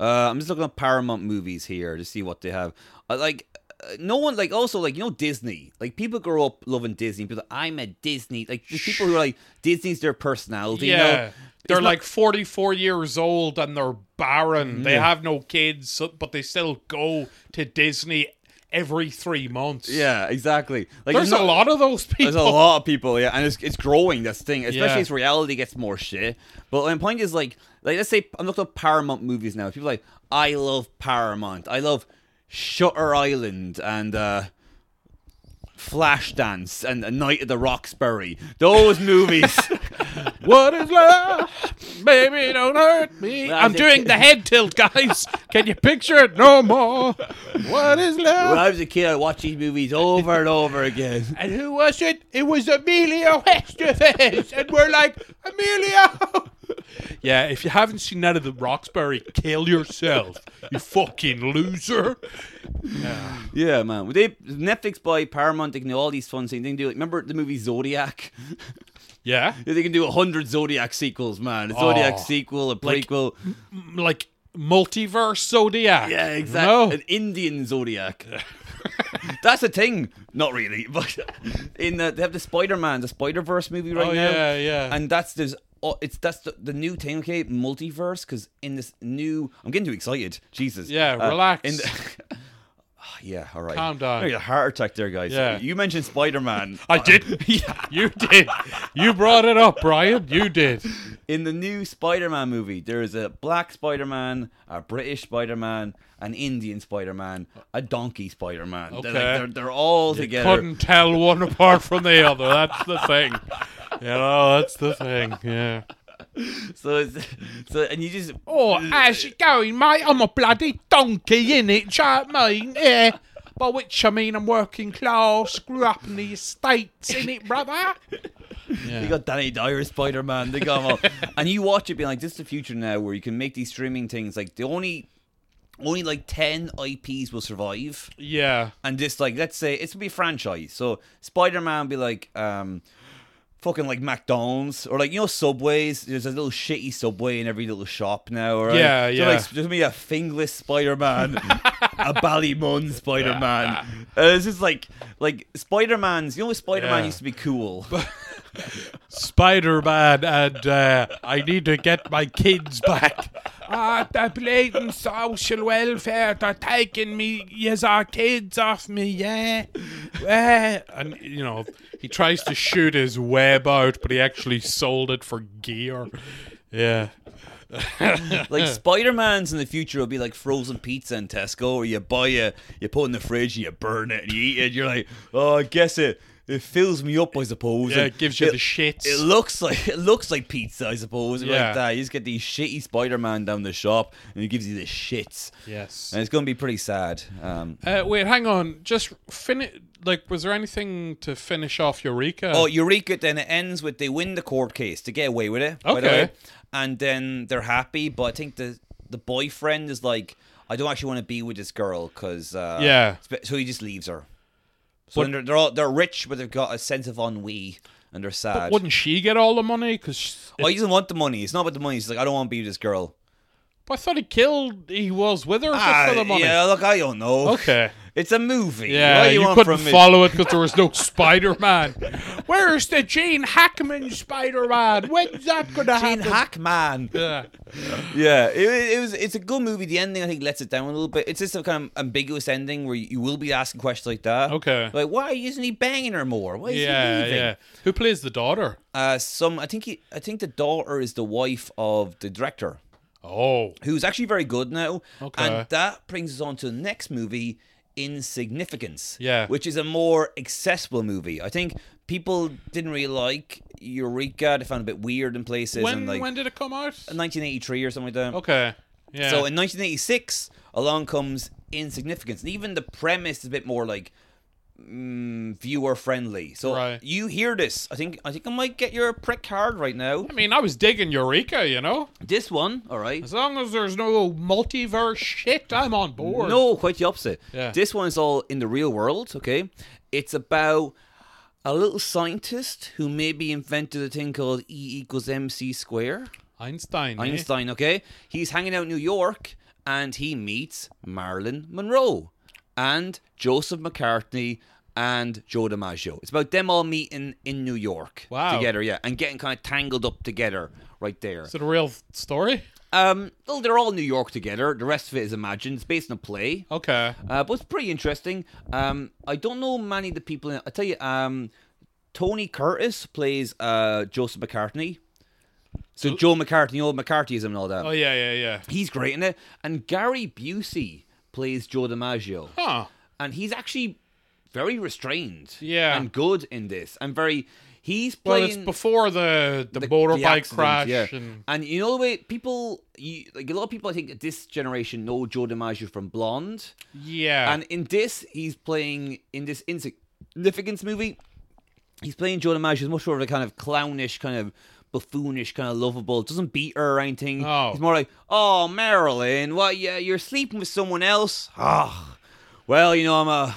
[SPEAKER 1] Uh, I'm just looking at Paramount movies here to see what they have. Uh, like, uh, no one like also like you know Disney. Like people grow up loving Disney. People, I'm a Disney. Like there's people who are like Disney's their personality. you know?
[SPEAKER 2] yeah. They're
[SPEAKER 1] It's not-
[SPEAKER 2] like 44 years old and they're barren. They have no kids, so- but they still go to Disney every three months.
[SPEAKER 1] yeah, exactly. Like
[SPEAKER 2] There's
[SPEAKER 1] not-
[SPEAKER 2] a lot of those people.
[SPEAKER 1] There's a lot of people, yeah, and it's it's growing. This thing, especially
[SPEAKER 2] Yeah.
[SPEAKER 1] as reality gets more shit. But my point is, like, like let's say I'm looking at Paramount movies now. People are like, I love Paramount. I love Shutter Island and uh, Flashdance and A Night at the Roxbury. Those movies.
[SPEAKER 2] What is love? Baby, don't hurt me.
[SPEAKER 1] Well, I
[SPEAKER 2] I'm
[SPEAKER 1] think-
[SPEAKER 2] doing the head tilt, guys. Can you picture it no more? What is love?
[SPEAKER 1] when I was a kid, I watched these movies over and over again.
[SPEAKER 2] And who was it? It was Emilio Estevez. and we're like, Emilio! Yeah, if you haven't seen that of the Roxbury, kill yourself, you fucking loser.
[SPEAKER 1] Yeah, man. Would they Netflix buy Paramount? They can do all these fun things. They can do like remember the movie Zodiac.
[SPEAKER 2] Yeah.
[SPEAKER 1] Yeah, they can do a hundred Zodiac sequels, man. A Zodiac
[SPEAKER 2] Oh,
[SPEAKER 1] sequel, a
[SPEAKER 2] like-
[SPEAKER 1] prequel.
[SPEAKER 2] M- Like multiverse zodiac.
[SPEAKER 1] yeah, exactly.
[SPEAKER 2] No.
[SPEAKER 1] An Indian Zodiac. That's a thing. Not really, but in the, they have the Spider Man, the Spider Verse movie right
[SPEAKER 2] Oh,
[SPEAKER 1] now.
[SPEAKER 2] yeah, yeah.
[SPEAKER 1] And that's there's oh, it's that's the, the new thing, okay? Multiverse, because in this new, I'm getting too excited. Jesus.
[SPEAKER 2] Yeah,
[SPEAKER 1] Uh,
[SPEAKER 2] relax.
[SPEAKER 1] In the, Ah, yeah, all right.
[SPEAKER 2] Calm
[SPEAKER 1] I
[SPEAKER 2] down.
[SPEAKER 1] had a heart attack there, guys.
[SPEAKER 2] Yeah.
[SPEAKER 1] You mentioned Spider Man.
[SPEAKER 2] I did. You did. You brought it up, Brian. You did.
[SPEAKER 1] In the new Spider-Man movie, there is a black Spider-Man, a British Spider-Man, an Indian Spider-Man, a donkey Spider-Man. They're, like-
[SPEAKER 2] Okay.
[SPEAKER 1] they're, they're all together.
[SPEAKER 2] Couldn't tell one apart from the other. That's the thing. You know, that's the thing. Yeah.
[SPEAKER 1] So, it's, so and you just
[SPEAKER 2] Oh, how's it going, mate? I'm a bloody donkey, innit? Do you know what I mean? Yeah. By which I mean I'm working class, grew up in the States, innit, brother?
[SPEAKER 1] they
[SPEAKER 2] Yeah.
[SPEAKER 1] got Danny Dyer Spider-Man. They got 'em all, and you watch it being like, this is the future now, where you can make these streaming things. Like the only, only like ten IPs will survive.
[SPEAKER 2] Yeah.
[SPEAKER 1] and just like let's say it's gonna be a franchise. So Spider Man be like um fucking like McDonald's or like you know Subways. There's a little shitty Subway in every little shop now. Right?
[SPEAKER 2] Yeah,
[SPEAKER 1] so
[SPEAKER 2] yeah.
[SPEAKER 1] Like, there's gonna be a fingless Spider Man, a Ballymun Spider Man. it's just like like Spider Man's. You know Spider Man
[SPEAKER 2] Yeah.
[SPEAKER 1] used to be cool.
[SPEAKER 2] Spider Man, and uh, I need to get my kids back. Ah, the blatant social welfare, they're taking me, yes, our kids off me, yeah. yeah. And, you know, he tries to shoot his web out, but he actually sold it for gear. Yeah.
[SPEAKER 1] Like Spider Man's in the future will be like frozen pizza in Tesco, where you buy it, you put it in the fridge, and you burn it, and you eat it. And you're like, oh, I guess it it fills me up, I suppose.
[SPEAKER 2] Yeah,
[SPEAKER 1] and
[SPEAKER 2] it gives you
[SPEAKER 1] it-
[SPEAKER 2] the shits.
[SPEAKER 1] It looks like it looks like pizza, I suppose. Yeah.
[SPEAKER 2] Yeah.
[SPEAKER 1] Like that. You just get these shitty Spider Man down the shop, and it gives you the shits.
[SPEAKER 2] yes.
[SPEAKER 1] And it's gonna be pretty sad. Um,
[SPEAKER 2] Uh, wait, hang on. Just finish. Like, was there anything to finish off Eureka?
[SPEAKER 1] oh, Eureka! Then it ends with they win the court case to get away with it. by the
[SPEAKER 2] Okay.
[SPEAKER 1] way. And then they're happy, but I think the the boyfriend is like, I don't actually want to be with this girl because uh,
[SPEAKER 2] Yeah.
[SPEAKER 1] sp- So he just leaves her. So then they're they're, all, they're rich, but they've got a sense of ennui and they're sad.
[SPEAKER 2] Wouldn't she get all the money? Because
[SPEAKER 1] oh, he doesn't want the money. It's not about the money. He's like, I don't want to be with this girl.
[SPEAKER 2] I thought he killed. He was with her just for the
[SPEAKER 1] Ah,
[SPEAKER 2] money.
[SPEAKER 1] Yeah, look, I don't know.
[SPEAKER 2] Okay.
[SPEAKER 1] It's a movie.
[SPEAKER 2] Yeah,
[SPEAKER 1] What do
[SPEAKER 2] you,
[SPEAKER 1] want
[SPEAKER 2] couldn't
[SPEAKER 1] from me?
[SPEAKER 2] follow it because there was no Spider Man. Where's the Gene Hackman Spider Man? When's that gonna
[SPEAKER 1] Gene
[SPEAKER 2] happen?
[SPEAKER 1] Hackman.
[SPEAKER 2] yeah.
[SPEAKER 1] Yeah, it, wa- it was. It's a good movie. The ending, I think, lets it down a little bit. It's just a kind of ambiguous ending where you, you will be asking questions like that.
[SPEAKER 2] Okay.
[SPEAKER 1] Like, why isn't he banging her more? Why is he
[SPEAKER 2] Yeah,
[SPEAKER 1] leaving?
[SPEAKER 2] yeah. Who plays the daughter?
[SPEAKER 1] Uh, some, I think, he, I think the daughter is the wife of the director,
[SPEAKER 2] Oh,
[SPEAKER 1] who's actually very good now.
[SPEAKER 2] Okay.
[SPEAKER 1] And that brings us on to the next movie, Insignificance.
[SPEAKER 2] Yeah.
[SPEAKER 1] Which is a more accessible movie. I think people didn't really like Eureka. They found it a bit weird in places.
[SPEAKER 2] when
[SPEAKER 1] and like,
[SPEAKER 2] when did it come out?
[SPEAKER 1] 1983 or something like that.
[SPEAKER 2] Okay. Yeah.
[SPEAKER 1] So in 1986, along comes Insignificance, and even the premise is a bit more like mm, viewer friendly. So
[SPEAKER 2] Right.
[SPEAKER 1] you hear this. I think I think I might get your prick card right now.
[SPEAKER 2] I mean, I was digging Eureka, you know?
[SPEAKER 1] This one, all right.
[SPEAKER 2] As long as there's no multiverse shit, I'm on board.
[SPEAKER 1] No, quite the opposite.
[SPEAKER 2] Yeah.
[SPEAKER 1] This one is all in the real world, okay? It's about a little scientist who maybe invented a thing called E equals MC square.
[SPEAKER 2] Einstein. eh?
[SPEAKER 1] Einstein, okay? He's hanging out in New York and he meets Marilyn Monroe and Joseph McCartney and Joe DiMaggio. It's about them all meeting in New York
[SPEAKER 2] Wow.
[SPEAKER 1] together, yeah, and getting kind of tangled up together right there.
[SPEAKER 2] Is it a real story?
[SPEAKER 1] Um, well, they're all in New York together. The rest of it is imagined. It's based on a play.
[SPEAKER 2] Okay.
[SPEAKER 1] Uh, but it's pretty interesting. Um, I don't know many of the people. In it. I tell you, um, Tony Curtis plays uh, Joseph McCartney. So Joe McCartney, old McCarthyism and all that.
[SPEAKER 2] Oh, yeah, yeah, yeah.
[SPEAKER 1] He's great in it. And Gary Busey plays Joe DiMaggio.
[SPEAKER 2] Huh.
[SPEAKER 1] And he's actually very restrained.
[SPEAKER 2] Yeah.
[SPEAKER 1] And good in this. And very. He's
[SPEAKER 2] Well,
[SPEAKER 1] playing.
[SPEAKER 2] it's before the, the,
[SPEAKER 1] the- the
[SPEAKER 2] motorbike
[SPEAKER 1] accident,
[SPEAKER 2] crash.
[SPEAKER 1] yeah.
[SPEAKER 2] And
[SPEAKER 1] you know the way people, you, like a lot of people, I think at this generation know Joe DiMaggio from Blonde,
[SPEAKER 2] yeah.
[SPEAKER 1] and in this he's playing in this insignificance movie, he's playing Joe DiMaggio much more of a kind of clownish, kind of buffoonish, kind of lovable. Doesn't beat her or anything.
[SPEAKER 2] Oh.
[SPEAKER 1] He's more like, oh Marilyn, what? Yeah, you're sleeping with someone else. Ah, well, you know I'm a.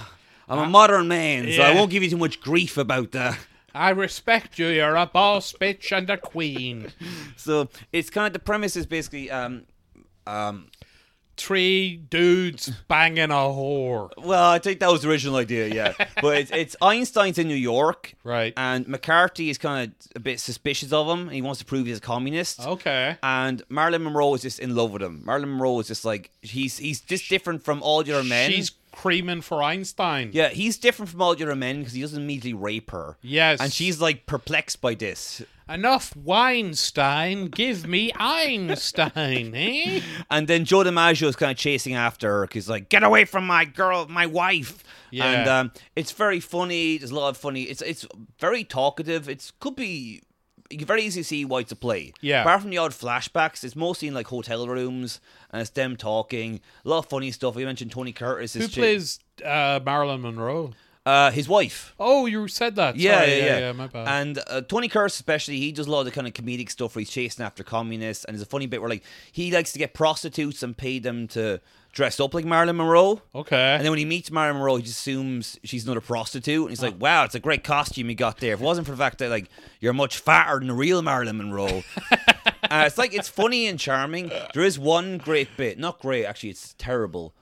[SPEAKER 1] I'm a modern man, so I
[SPEAKER 2] Uh, yeah.
[SPEAKER 1] won't give you too much grief about that.
[SPEAKER 2] I respect you. You're a boss bitch and a queen.
[SPEAKER 1] So it's kind of the premise is basically um, um,
[SPEAKER 2] Three dudes banging a whore.
[SPEAKER 1] Well, I think that was the original idea, yeah. but it's, it's Einstein's in New York,
[SPEAKER 2] Right.
[SPEAKER 1] and McCarthy is kind of a bit suspicious of him, and he wants to prove he's a communist.
[SPEAKER 2] Okay.
[SPEAKER 1] And Marilyn Monroe is just in love with him. Marilyn Monroe is just like he's he's just different from all the other men.
[SPEAKER 2] She's creaming for Einstein.
[SPEAKER 1] yeah, he's different from all the other men because he doesn't immediately rape her.
[SPEAKER 2] Yes.
[SPEAKER 1] And she's like perplexed by this.
[SPEAKER 2] Enough Weinstein, give me Einstein, eh?
[SPEAKER 1] And then Joe DiMaggio is kind of chasing after her because like, get away from my girl, my wife.
[SPEAKER 2] Yeah.
[SPEAKER 1] And um, it's very funny. There's a lot of funny. It's it's very talkative. It's could be. You can very easily see why it's a play.
[SPEAKER 2] Yeah.
[SPEAKER 1] Apart from the odd flashbacks, it's mostly in like hotel rooms and it's them talking. A lot of funny stuff. We mentioned Tony Curtis.
[SPEAKER 2] Who plays uh, Marilyn Monroe?
[SPEAKER 1] Uh, his wife.
[SPEAKER 2] Oh, you said that.
[SPEAKER 1] Yeah,
[SPEAKER 2] Sorry,
[SPEAKER 1] yeah, yeah,
[SPEAKER 2] yeah, My bad.
[SPEAKER 1] And uh, Tony Curtis, especially, he does a lot of the kind of comedic stuff where he's chasing after communists, and there's a funny bit where like he likes to get prostitutes and pay them to dress up like Marilyn Monroe.
[SPEAKER 2] okay.
[SPEAKER 1] And then when he meets Marilyn Monroe, he just assumes she's another prostitute, and he's like, "Wow, it's a great costume you got there." If it wasn't for the fact that like you're much fatter than the real Marilyn Monroe, uh, it's like it's funny and charming. There is one great bit, not great actually, it's terrible.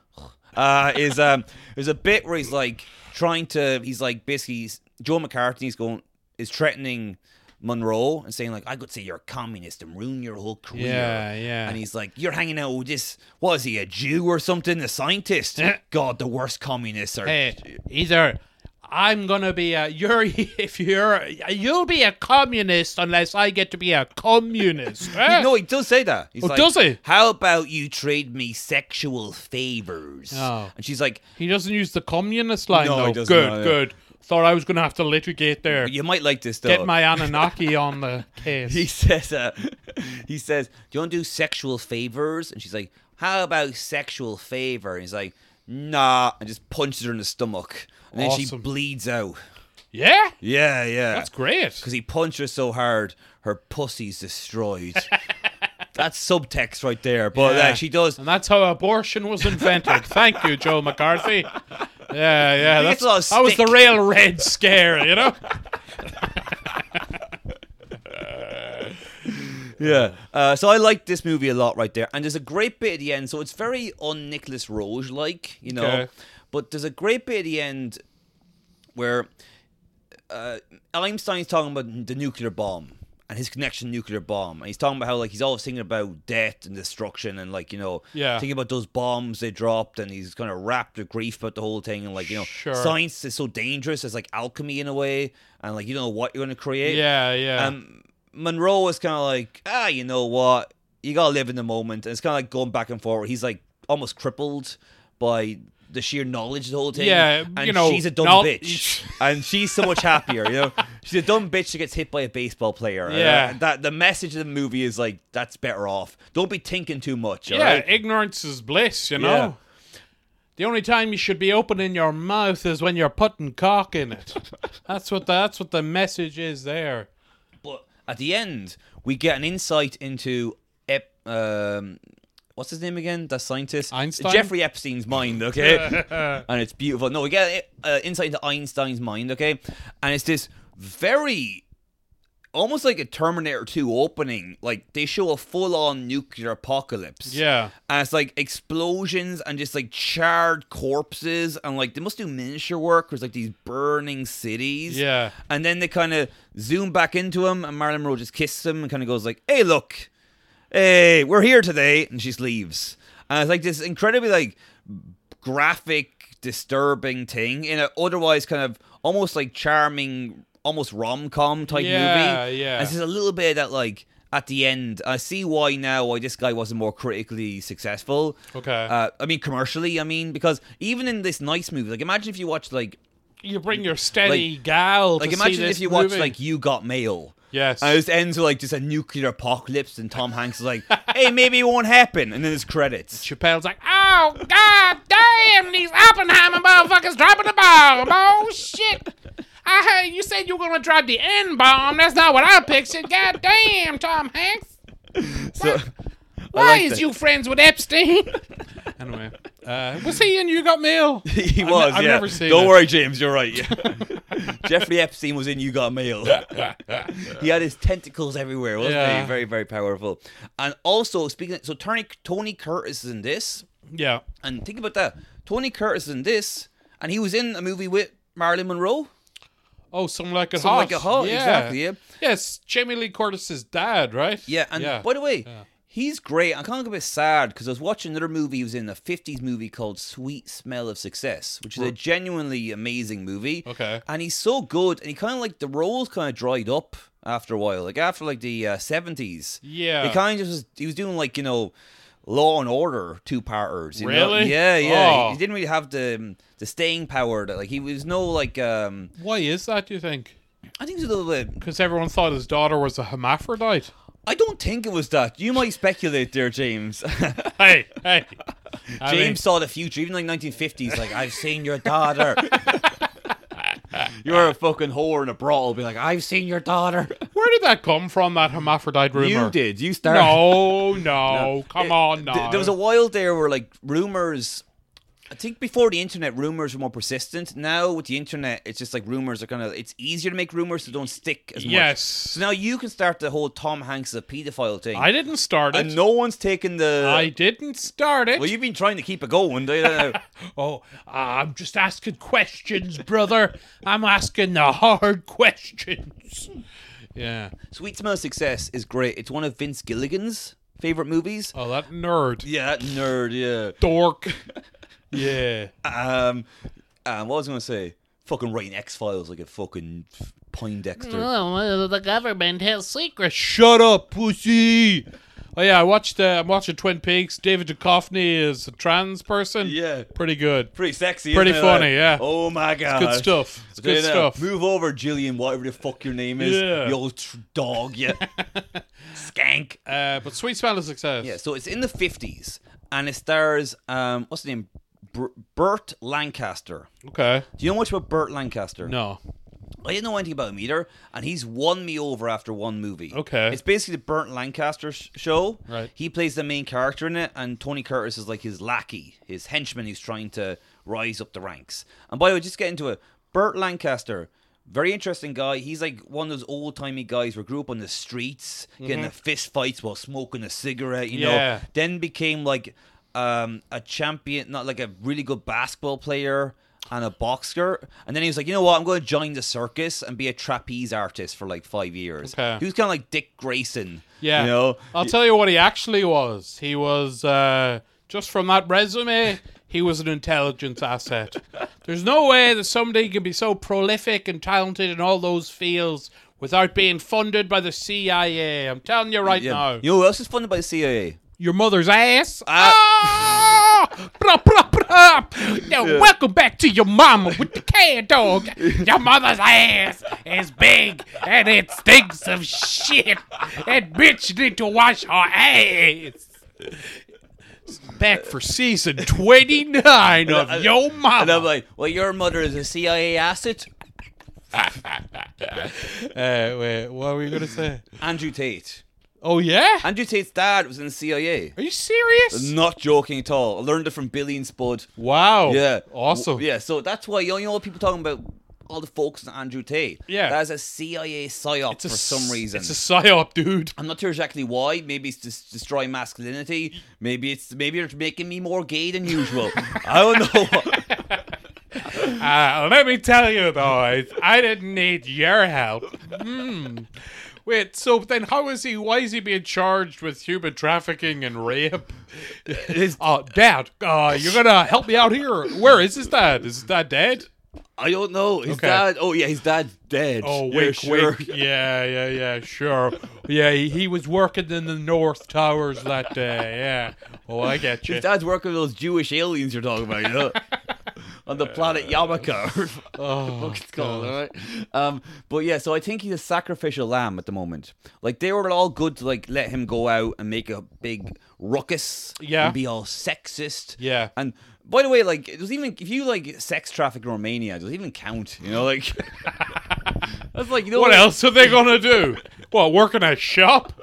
[SPEAKER 1] Uh, is um, there's a bit where he's like trying to, he's like basically he's- Joe McCartney's going is threatening Monroe and saying like, "I could say you're a communist and ruin your whole career."
[SPEAKER 2] Yeah, yeah.
[SPEAKER 1] And he's like, "You're hanging out with this. What is he? A Jew or something? A scientist?
[SPEAKER 2] Eh.
[SPEAKER 1] God, the worst communists are."
[SPEAKER 2] hey, either I'm gonna be a you're if you're you'll be a communist unless I get to be a communist. eh?
[SPEAKER 1] No, he does say that. He's
[SPEAKER 2] Oh,
[SPEAKER 1] like,
[SPEAKER 2] does he?
[SPEAKER 1] How about you trade me sexual favors?
[SPEAKER 2] Oh.
[SPEAKER 1] And she's like,
[SPEAKER 2] he doesn't use the communist line
[SPEAKER 1] No, he
[SPEAKER 2] though.
[SPEAKER 1] doesn't,
[SPEAKER 2] good,
[SPEAKER 1] no, yeah.
[SPEAKER 2] good. Thought I was gonna have to litigate there.
[SPEAKER 1] "You might like this though."
[SPEAKER 2] Get my Anunnaki on the case.
[SPEAKER 1] he says, uh, "He says, do you want to do sexual favors?" And she's like, "How about sexual favor?" And he's like, "Nah," and just punches her in the stomach, and then she
[SPEAKER 2] Awesome.
[SPEAKER 1] bleeds out.
[SPEAKER 2] yeah,
[SPEAKER 1] Yeah, yeah.
[SPEAKER 2] that's great.
[SPEAKER 1] because he punched her so hard, her pussy's destroyed. That's subtext right there. But
[SPEAKER 2] Yeah.
[SPEAKER 1] uh, she does.
[SPEAKER 2] And that's how abortion was invented. Thank you, Joe McCarthy. Yeah, yeah.
[SPEAKER 1] gets
[SPEAKER 2] That's,
[SPEAKER 1] a lot of
[SPEAKER 2] that was the
[SPEAKER 1] stick.
[SPEAKER 2] real Red Scare, you know?
[SPEAKER 1] Yeah. Uh, so I like this movie a lot right there. And there's a great bit at the end. So it's very un Nicholas Roge like, you know.
[SPEAKER 2] Okay.
[SPEAKER 1] But there's a great bit at the end where uh, Einstein's talking about the nuclear bomb and his connection to nuclear bomb. And he's talking about how like he's always thinking about death and destruction and like, you know,
[SPEAKER 2] Yeah.
[SPEAKER 1] thinking about those bombs they dropped and he's kind of wrapped with grief about the whole thing and like, you know,
[SPEAKER 2] Sure.
[SPEAKER 1] science is so dangerous. It's like alchemy in a way and like you don't know what you're going to create.
[SPEAKER 2] Yeah, yeah.
[SPEAKER 1] Um, Monroe was kind of like, ah, you know what? You gotta live in the moment. And it's kind of like going back and forward. He's like almost crippled by the sheer knowledge of the whole thing.
[SPEAKER 2] Yeah,
[SPEAKER 1] and
[SPEAKER 2] you know,
[SPEAKER 1] she's a dumb
[SPEAKER 2] not-
[SPEAKER 1] bitch, and she's so much happier. You know, she's a dumb bitch that gets hit by a baseball player. And, uh,
[SPEAKER 2] Yeah.
[SPEAKER 1] that the message of the movie is like that's better off. Don't be thinking too much. all
[SPEAKER 2] yeah,
[SPEAKER 1] right?
[SPEAKER 2] ignorance is bliss, you know?
[SPEAKER 1] Yeah.
[SPEAKER 2] The only time you should be opening your mouth is when you're putting cock in it. That's what the, that's what the message is there.
[SPEAKER 1] But at the end, we get an insight into Ep- um, what's his name again? That scientist,
[SPEAKER 2] Einstein?
[SPEAKER 1] Jeffrey Epstein's mind. Okay, and it's beautiful. No, we get uh, insight into Einstein's mind. Okay, and it's this very. Almost like a Terminator 2 opening, like they show a full on nuclear apocalypse.
[SPEAKER 2] Yeah.
[SPEAKER 1] And it's like explosions and just like charred corpses and like they must do miniature work because like these burning cities.
[SPEAKER 2] Yeah.
[SPEAKER 1] And then they kind of zoom back into him and Marilyn Monroe just kisses him and kind of goes like, "Hey, look, hey, we're here today," and she just leaves. And it's like this incredibly like graphic, disturbing thing in an otherwise kind of almost like charming, almost rom com type
[SPEAKER 2] Yeah,
[SPEAKER 1] movie.
[SPEAKER 2] yeah.
[SPEAKER 1] And it's just a little bit of that like at the end. I see why now why this guy wasn't more critically successful.
[SPEAKER 2] Okay.
[SPEAKER 1] Uh, I mean commercially. I mean because even in this nice movie, like imagine if you watched like
[SPEAKER 2] you bring your steady gal. To
[SPEAKER 1] like
[SPEAKER 2] see
[SPEAKER 1] imagine
[SPEAKER 2] this
[SPEAKER 1] if you watched
[SPEAKER 2] movie.
[SPEAKER 1] like You Got Mail.
[SPEAKER 2] Yes.
[SPEAKER 1] And it just ends with like just a nuclear apocalypse, and Tom Hanks is like, "Hey, maybe it won't happen," and then it's credits.
[SPEAKER 2] Chappelle's like, oh god damn, these Oppenheimer motherfuckers dropping the bomb. Oh shit. I heard you said you were gonna drop the N bomb. That's not what I pictured. God damn, Tom Hanks.
[SPEAKER 1] So,
[SPEAKER 2] Why
[SPEAKER 1] like
[SPEAKER 2] is
[SPEAKER 1] that.
[SPEAKER 2] you friends with Epstein? anyway, uh, was he in You Got Mail?
[SPEAKER 1] he
[SPEAKER 2] I've ne-
[SPEAKER 1] was.
[SPEAKER 2] I've
[SPEAKER 1] yeah.
[SPEAKER 2] never seen
[SPEAKER 1] Don't
[SPEAKER 2] it.
[SPEAKER 1] worry, James. You're right. Yeah. Jeffrey Epstein was in You Got Mail. he had his tentacles everywhere, wasn't
[SPEAKER 2] Yeah.
[SPEAKER 1] he? Very, very powerful. And also speaking, of, so Tony Tony Curtis is in this,
[SPEAKER 2] Yeah.
[SPEAKER 1] and think about that. Tony Curtis is in this, and he was in a movie with Marilyn Monroe.
[SPEAKER 2] Oh, something like a
[SPEAKER 1] Something like a hot, exactly. Yeah.
[SPEAKER 2] Yes, Jamie Lee Curtis's dad, right?
[SPEAKER 1] Yeah, and by the way, he's great. I'm kind of a bit sad because I was watching another movie. He was in a 50s movie called Sweet Smell of Success, which is a genuinely amazing movie.
[SPEAKER 2] Okay.
[SPEAKER 1] And he's so good, and he kind of like the roles kind of dried up after a while, like after like the uh, 70s.
[SPEAKER 2] Yeah.
[SPEAKER 1] he kind of just was, he was doing like you know. Law and Order two parters. You Know?
[SPEAKER 2] Really?
[SPEAKER 1] Yeah, yeah.
[SPEAKER 2] Oh.
[SPEAKER 1] He didn't really have the um, the staying power. That, like he was no like um.
[SPEAKER 2] Why is that, do you think?
[SPEAKER 1] I think he was a little bit.
[SPEAKER 2] Because everyone thought his daughter was a hermaphrodite.
[SPEAKER 1] I don't think it was that. You might speculate there, James.
[SPEAKER 2] Hey, hey. I
[SPEAKER 1] James
[SPEAKER 2] mean-
[SPEAKER 1] saw the future, even like 1950s. Like, I've seen your daughter. You're a fucking whore in a brawl. Be like, I've seen your daughter.
[SPEAKER 2] Where did that come from? That hermaphrodite rumor?
[SPEAKER 1] You did. You started.
[SPEAKER 2] No, no, come
[SPEAKER 1] It-
[SPEAKER 2] on, no.
[SPEAKER 1] th- there was a while there where like rumors. I think before the internet, rumors were more persistent. Now with the internet, it's just like rumors are kind of. It's easier to make rumors that don't stick as much.
[SPEAKER 2] yes.
[SPEAKER 1] So now you can start the whole Tom Hanks is a pedophile thing,
[SPEAKER 2] I didn't start it.
[SPEAKER 1] and no one's taking the.
[SPEAKER 2] I didn't start it.
[SPEAKER 1] well, you've been trying to keep it going. don't you?
[SPEAKER 2] Oh, I'm just asking questions, brother. I'm asking the hard questions. Yeah.
[SPEAKER 1] Sweet Smell of Success is great. It's one of Vince Gilligan's favorite movies.
[SPEAKER 2] Oh, that nerd.
[SPEAKER 1] Yeah, that nerd. Yeah.
[SPEAKER 2] Dork. Yeah.
[SPEAKER 1] Um, um what was I gonna say? Fucking writing X Files like a fucking f-
[SPEAKER 2] Mm.
[SPEAKER 1] Poindexter.
[SPEAKER 2] Well, Oh, the government has secrets. Shut up, pussy. Oh yeah, I watched. Uh, I'm watching Twin Peaks. David Duchovny is a trans person.
[SPEAKER 1] Yeah.
[SPEAKER 2] pretty good.
[SPEAKER 1] Pretty sexy.
[SPEAKER 2] Pretty
[SPEAKER 1] isn't it,
[SPEAKER 2] funny,
[SPEAKER 1] like?
[SPEAKER 2] yeah.
[SPEAKER 1] Oh my god.
[SPEAKER 2] Good stuff. Uh, It's good
[SPEAKER 1] Yeah,
[SPEAKER 2] stuff.
[SPEAKER 1] Move over, Jillian, whatever the fuck your name is.
[SPEAKER 2] Yeah.
[SPEAKER 1] You old tr- dog, yeah. Skank.
[SPEAKER 2] Uh, but Sweet Smell of Success.
[SPEAKER 1] Yeah, so it's in the 50s and it stars, um, what's the name? Br- Burt Lancaster.
[SPEAKER 2] Okay.
[SPEAKER 1] Do you know much about Burt Lancaster?
[SPEAKER 2] No.
[SPEAKER 1] I didn't know anything about him either, and he's won me over after one movie.
[SPEAKER 2] Okay.
[SPEAKER 1] It's basically the Burnt Lancaster sh- show.
[SPEAKER 2] Right.
[SPEAKER 1] He plays the main character in it, and Tony Curtis is like his lackey, his henchman who's trying to rise up the ranks. And by the way, just get into it. Burt Lancaster, very interesting guy. He's like one of those old timey guys who grew up on the streets, getting the fist fights while smoking a cigarette, you
[SPEAKER 2] Mm-hmm. Yeah.
[SPEAKER 1] know. Then became like um, a champion, not like a really good basketball player and a boxer. And then he was like, you know what? I'm going to join the circus and be a trapeze artist for like five years.
[SPEAKER 2] Okay.
[SPEAKER 1] He was kind of like Dick Grayson.
[SPEAKER 2] Yeah. Oh,
[SPEAKER 1] You know?
[SPEAKER 2] I'll tell you what he actually was. He was uh, just from that resume. He was an intelligence asset. There's no way that somebody can be so prolific and talented in all those fields without being funded by the CIA. I'm telling you right
[SPEAKER 1] Yeah.
[SPEAKER 2] now.
[SPEAKER 1] You know who else is funded by the CIA?
[SPEAKER 2] Your mother's ass.
[SPEAKER 1] Ah.
[SPEAKER 2] Ah! Brah, brah, brah. Now, welcome back to your mama with the cat dog. Your mother's ass is big and it stinks of shit. And bitch need to wash her ass. Back for season 29 of Yo
[SPEAKER 1] And I'm
[SPEAKER 2] Mama.
[SPEAKER 1] like, well, your mother is a CIA asset.
[SPEAKER 2] Uh, wait, what were you going to say?
[SPEAKER 1] Andrew Tate.
[SPEAKER 2] Oh, yeah?
[SPEAKER 1] Andrew Tate's dad was in the CIA.
[SPEAKER 2] Are you serious?
[SPEAKER 1] Not joking at all. I learned it from Billy and Spud.
[SPEAKER 2] Wow.
[SPEAKER 1] Yeah.
[SPEAKER 2] Oh, Awesome.
[SPEAKER 1] W- Yeah, so that's why you know, you know people talking about all the folks on Andrew Tate.
[SPEAKER 2] Yeah.
[SPEAKER 1] That's a CIA psyop
[SPEAKER 2] a
[SPEAKER 1] for some
[SPEAKER 2] s-
[SPEAKER 1] reason.
[SPEAKER 2] It's a psyop, dude.
[SPEAKER 1] I'm not sure exactly why. Maybe it's just destroy masculinity. Maybe it's maybe it's making me more gay than usual. I don't know.
[SPEAKER 2] Uh, let me tell you, boys, I didn't need your help. Hmm. Wait, so then how is he? Why is he being charged with human trafficking and rape? Oh, Dad, uh, you're gonna help me out here. Where is his dad? Is his dad dead?
[SPEAKER 1] I don't know. His
[SPEAKER 2] Okay.
[SPEAKER 1] dad. Oh yeah, his dad's dead.
[SPEAKER 2] Oh,
[SPEAKER 1] Yeah,
[SPEAKER 2] wake,
[SPEAKER 1] sure.
[SPEAKER 2] wake. Yeah, yeah, yeah, sure. Yeah, he, he was working in the North Towers that day. Yeah. Oh, I get you.
[SPEAKER 1] His dad's working with those Jewish aliens you're talking about, you know, on the planet
[SPEAKER 2] Uh,
[SPEAKER 1] Yamaka.
[SPEAKER 2] Oh,
[SPEAKER 1] it's called, all right? Um, but yeah, so I think he's a sacrificial lamb at the moment. Like they were all good to like let him go out and make a big ruckus,
[SPEAKER 2] Yeah.
[SPEAKER 1] and be all sexist,
[SPEAKER 2] Yeah.
[SPEAKER 1] And by the way, like it was even if you like sex traffic in Romania, it doesn't even count, you know? Like that's like you know
[SPEAKER 2] What
[SPEAKER 1] like-
[SPEAKER 2] else are they gonna do? What, work in a shop?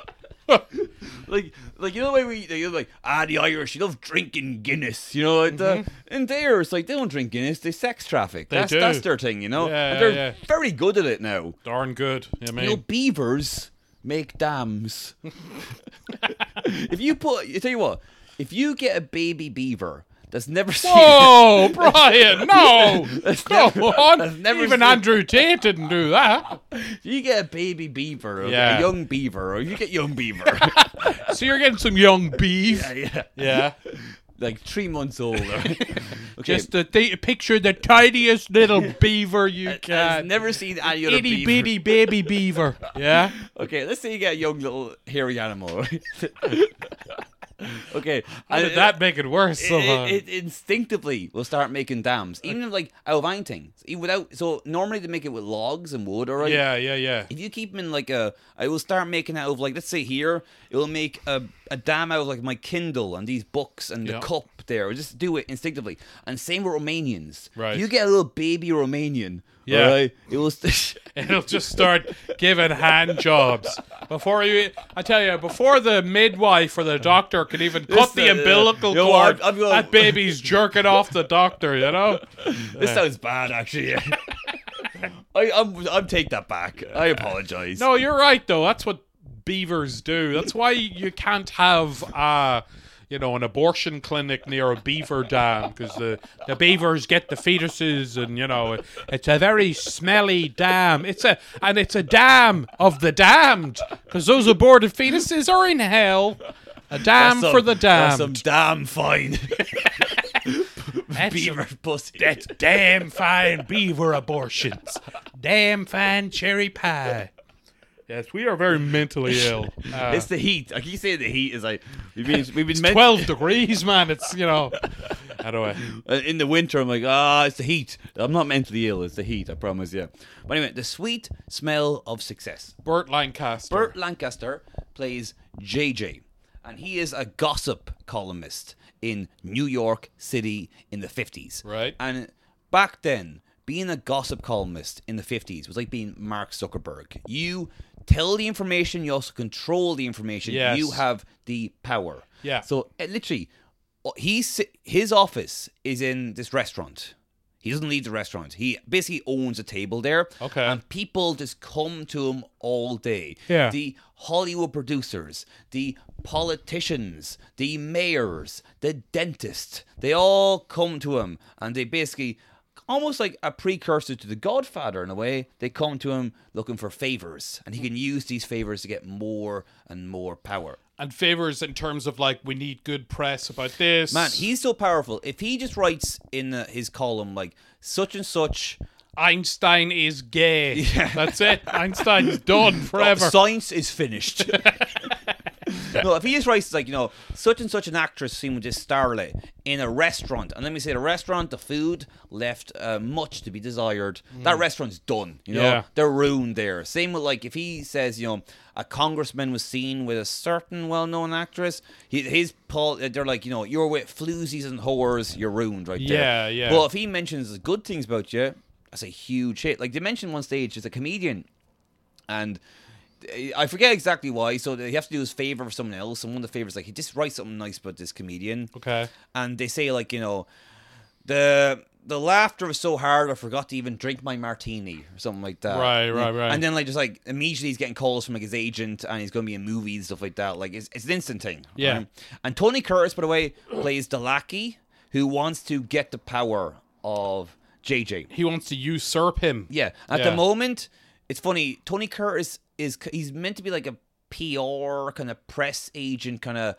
[SPEAKER 1] Like like you know the way we they like ah the Irish you love drinking Guinness, you know? And, uh, and there it's like they don't drink Guinness, they sex traffic. that's
[SPEAKER 2] Mm-hmm. do.
[SPEAKER 1] that's their thing, you know?
[SPEAKER 2] Yeah,
[SPEAKER 1] and
[SPEAKER 2] yeah,
[SPEAKER 1] they're
[SPEAKER 2] yeah.
[SPEAKER 1] very good at it now.
[SPEAKER 2] Darn good. I mean,
[SPEAKER 1] You know, beavers make dams. if you put, you tell you what, if you get a baby beaver that's never seen,
[SPEAKER 2] Oh, Brian, no! Come
[SPEAKER 1] never- that's
[SPEAKER 2] on!
[SPEAKER 1] never
[SPEAKER 2] Even
[SPEAKER 1] seen-
[SPEAKER 2] Andrew Tate didn't do that.
[SPEAKER 1] if you get a baby beaver, or
[SPEAKER 2] Yeah.
[SPEAKER 1] a young beaver, or you get young beaver,
[SPEAKER 2] So you're getting some young beef.
[SPEAKER 1] yeah,
[SPEAKER 2] Yeah.
[SPEAKER 1] yeah, like three months old, all right? okay,
[SPEAKER 2] Just the, the picture the tidiest little beaver you
[SPEAKER 1] has
[SPEAKER 2] can.
[SPEAKER 1] never seen any other
[SPEAKER 2] Itty
[SPEAKER 1] beaver.
[SPEAKER 2] bitty baby beaver. Yeah.
[SPEAKER 1] Okay, let's say you get a young little hairy animal. all right? okay,
[SPEAKER 2] How
[SPEAKER 1] and-
[SPEAKER 2] did that make it worse somehow?
[SPEAKER 1] it, it, it instinctively will start making dams, even if, like out of anything. Even without, so normally they make it with logs and wood, all right.
[SPEAKER 2] yeah, yeah, yeah.
[SPEAKER 1] If you keep them in like a, I will start making out of like let's say here, it will make a, a dam out of like my Kindle and these books and
[SPEAKER 2] Yeah.
[SPEAKER 1] the cup there. Just do it instinctively. And same with Romanians.
[SPEAKER 2] Right.
[SPEAKER 1] You get a little baby Romanian.
[SPEAKER 2] Yeah.
[SPEAKER 1] all right, It will. St-
[SPEAKER 2] It'll just start giving hand jobs. Before you, I tell you, before the midwife or the doctor can even cut
[SPEAKER 1] Listen,
[SPEAKER 2] the umbilical
[SPEAKER 1] uh, you know, I'm-
[SPEAKER 2] cord,
[SPEAKER 1] I'm gonna-
[SPEAKER 2] that baby's jerking off the doctor, you know?
[SPEAKER 1] this sounds bad, actually. I I'm, I'm take that back. I apologize.
[SPEAKER 2] No, you're right though. That's what beavers do. That's why you can't have uh you know an abortion clinic near a beaver dam because the the beavers get the fetuses and you know it's a very smelly dam. It's a and it's a dam of the damned because those aborted fetuses are in hell. A dam
[SPEAKER 1] Some-
[SPEAKER 2] for the
[SPEAKER 1] that's Some
[SPEAKER 2] damned.
[SPEAKER 1] damn fine.
[SPEAKER 2] That's a-
[SPEAKER 1] beaver pussy.
[SPEAKER 2] That's damn fine beaver abortions. Damn fine cherry pie. Yes, we are very mentally ill. Uh,
[SPEAKER 1] It's the heat. I keep saying the heat is like we've been we've been meant,
[SPEAKER 2] 12 degrees, man. It's, you know. Anyway.
[SPEAKER 1] uh, in the winter. I'm like ah, it's the heat. I'm not mentally ill. It's the heat. I promise. Yeah. But anyway, the sweet smell of success.
[SPEAKER 2] Burt Lancaster.
[SPEAKER 1] Burt Lancaster plays JJ, and he is a gossip columnist in New York City in the 50s.
[SPEAKER 2] Right.
[SPEAKER 1] And back then, being a gossip columnist in the 50s was like being Mark Zuckerberg. You tell the information, you also control the information,
[SPEAKER 2] Yes.
[SPEAKER 1] you have the power.
[SPEAKER 2] Yeah.
[SPEAKER 1] So uh, literally, uh, he si- his office is in this restaurant. He doesn't leave the restaurant. He basically owns a table there.
[SPEAKER 2] Okay.
[SPEAKER 1] And people just come to him all day.
[SPEAKER 2] Yeah.
[SPEAKER 1] The Hollywood producers, the politicians, the mayors, the dentist, they all come to him and they basically almost like a precursor to the Godfather in a way, they come to him looking for favors and he can use these favors to get more and more power.
[SPEAKER 2] And favors in terms of, like, we need good press about this.
[SPEAKER 1] Man, he's so powerful. If he just writes in uh, his column like such and such
[SPEAKER 2] Einstein is gay.
[SPEAKER 1] Oh,
[SPEAKER 2] That's it. Einstein's done forever.
[SPEAKER 1] Science is finished. No, if he just writes like you know, such and such an actress seen with this starlet in a restaurant, and let me say the restaurant, the food left uh, much to be desired. That restaurant's done. You know,
[SPEAKER 2] Mm. Yeah.
[SPEAKER 1] they're ruined there. Same with like if he says you know a congressman was seen with a certain well-known actress, he, his Paul, they're like you know you're with floozies and whores, you're ruined right there.
[SPEAKER 2] Yeah, yeah.
[SPEAKER 1] Well, if he mentions good things about you, that's a huge hit. Like they mentioned one stage, there's a comedian and I forget exactly why. So they have to do his favor for someone else, and one of the favors like he just writes something nice about this comedian.
[SPEAKER 2] Okay.
[SPEAKER 1] And they say like you know, the the laughter was so hard I forgot to even drink my martini or something like that.
[SPEAKER 2] Right, right, right.
[SPEAKER 1] And then like just like immediately he's getting calls from like his agent, and he's going to be in movies stuff like that. Like it's it's an instant thing.
[SPEAKER 2] Yeah.
[SPEAKER 1] right? And Tony Curtis, by the way, plays the lackey who wants to get the power of JJ.
[SPEAKER 2] He wants to usurp him.
[SPEAKER 1] Yeah. At
[SPEAKER 2] Yeah.
[SPEAKER 1] the moment, it's funny. Tony Curtis is he's meant to be like a PR kind of press agent, kind of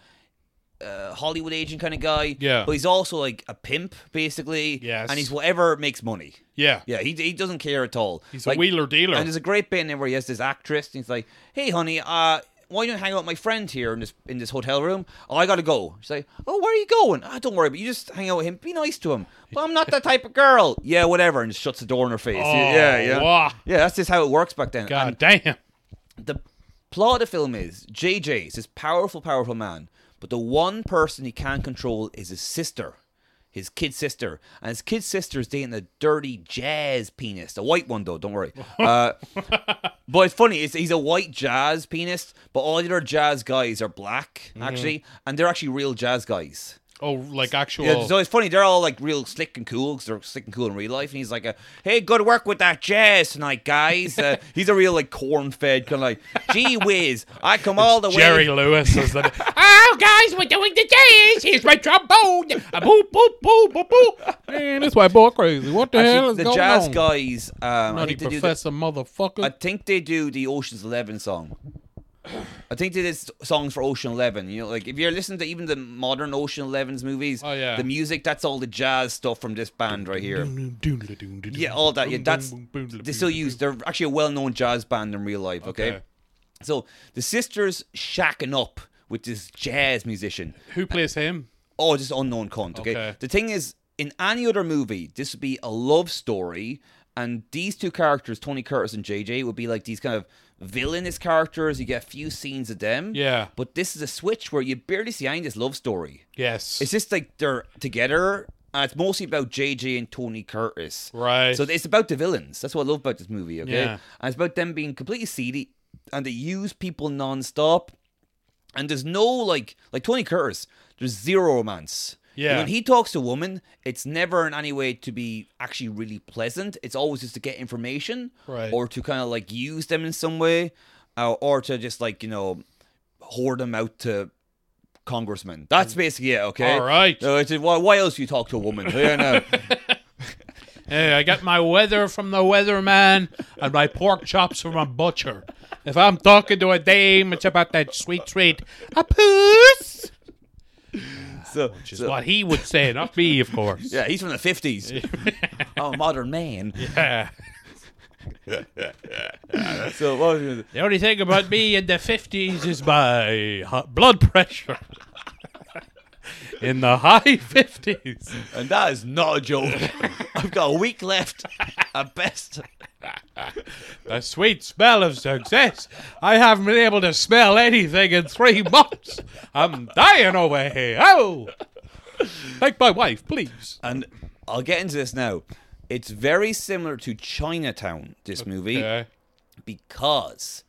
[SPEAKER 1] uh, Hollywood agent kind of guy.
[SPEAKER 2] Yeah.
[SPEAKER 1] But he's also like a pimp, basically.
[SPEAKER 2] Yes.
[SPEAKER 1] And he's whatever makes money.
[SPEAKER 2] Yeah.
[SPEAKER 1] Yeah. He, he doesn't care at all.
[SPEAKER 2] He's
[SPEAKER 1] Like,
[SPEAKER 2] a wheeler dealer.
[SPEAKER 1] and there's a great bit in there where he has this actress, and he's like, "Hey, honey, uh, why don't you hang out with my friend here in this in this hotel room? Oh, I gotta go." She's like, "Oh, where are you going? Ah, don't worry, but you just hang out with him. Be nice to him." But I'm not that type of girl. Yeah, whatever, and shuts the door in her face.
[SPEAKER 2] Oh,
[SPEAKER 1] yeah, yeah,
[SPEAKER 2] wow.
[SPEAKER 1] yeah. That's just how it works back then.
[SPEAKER 2] God damn.
[SPEAKER 1] And the plot of the film is JJ is this powerful, powerful man, but the one person he can't control is his sister. His kid sister, and his kid sister is dating a dirty jazz penis, a white one though. Don't worry. Uh, but it's funny. It's, he's a white jazz pianist, but all the other jazz guys are black actually, and they're actually real jazz guys.
[SPEAKER 2] Oh, like actual.
[SPEAKER 1] Yeah, so it's funny. They're all like real slick and cool because they're slick and cool in real life. And he's like, uh, "Hey, good work with that jazz tonight, guys." Uh, he's a real like corn-fed kind of like, "Gee whiz, I come all the way."
[SPEAKER 2] Jerry Lewis is the.
[SPEAKER 3] Oh, guys, we're doing the jazz. Here's my trombone. A boop, boop, boop, boop, boop.
[SPEAKER 2] Man, this white boy crazy. What the hell
[SPEAKER 1] Actually,
[SPEAKER 2] is
[SPEAKER 1] the
[SPEAKER 2] going
[SPEAKER 1] jazz
[SPEAKER 2] on?
[SPEAKER 1] guys, um, I
[SPEAKER 2] Bloody
[SPEAKER 1] think they do. The,
[SPEAKER 2] professor motherfucker.
[SPEAKER 1] I think they do the Ocean's Eleven song. I think they did s- songs for Ocean Eleven. You know, like if you're listening to even the modern Ocean Eleven's movies,
[SPEAKER 2] Oh, yeah.
[SPEAKER 1] the music that's all the jazz stuff from this band right here. Yeah,
[SPEAKER 2] Yeah,
[SPEAKER 1] all that. Yeah, that's they still use. They're actually a well-known jazz band in real life. Okay,
[SPEAKER 2] Okay.
[SPEAKER 1] so the sisters shacking up with this jazz musician.
[SPEAKER 2] Who plays him?
[SPEAKER 1] Oh, just unknown cunt. Okay?
[SPEAKER 2] Okay.
[SPEAKER 1] the thing is, in any other movie, this would be a love story, and these two characters, Tony Curtis and JJ, would be like these kind of villainous characters. You get a few scenes of them.
[SPEAKER 2] Yeah.
[SPEAKER 1] but this is a switch where you barely see any of this love story.
[SPEAKER 2] Yes.
[SPEAKER 1] It's just like they're together, and it's mostly about JJ and Tony Curtis.
[SPEAKER 2] Right.
[SPEAKER 1] So it's about the villains. That's what I love about this movie, okay?
[SPEAKER 2] Yeah.
[SPEAKER 1] And it's about them being completely seedy and they use people non-stop. And there's no like like Tony Curtis, there's zero romance.
[SPEAKER 2] Yeah.
[SPEAKER 1] When he talks to a woman, it's never in any way to be actually really pleasant. It's always just to get information
[SPEAKER 2] Right.
[SPEAKER 1] or to kind of like use them in some way uh, or to just like, you know, hoard them out to congressmen. That's basically it, okay?
[SPEAKER 2] All right.
[SPEAKER 1] Uh, it's, why, why else you talk to a woman? Yeah, no.
[SPEAKER 2] Hey, I get my weather from the weatherman and my pork chops from a butcher. If I'm talking to a dame, it's about that sweet treat, a puss,
[SPEAKER 1] so,
[SPEAKER 2] which is
[SPEAKER 1] so-
[SPEAKER 2] what he would say, not me, of course.
[SPEAKER 1] Yeah, he's from the fifties. oh, modern man.
[SPEAKER 2] Yeah.
[SPEAKER 1] So what was I gonna say?
[SPEAKER 2] The only thing about me in the 50s is my hot blood pressure. in the high 50s.
[SPEAKER 1] and that is not a joke. I've got a week left at best.
[SPEAKER 2] The sweet smell of success. I haven't been able to smell anything in three months. I'm dying over here. Oh! Take my wife, please.
[SPEAKER 1] And I'll get into this now. It's very similar to Chinatown, this
[SPEAKER 2] Uh,
[SPEAKER 1] movie, because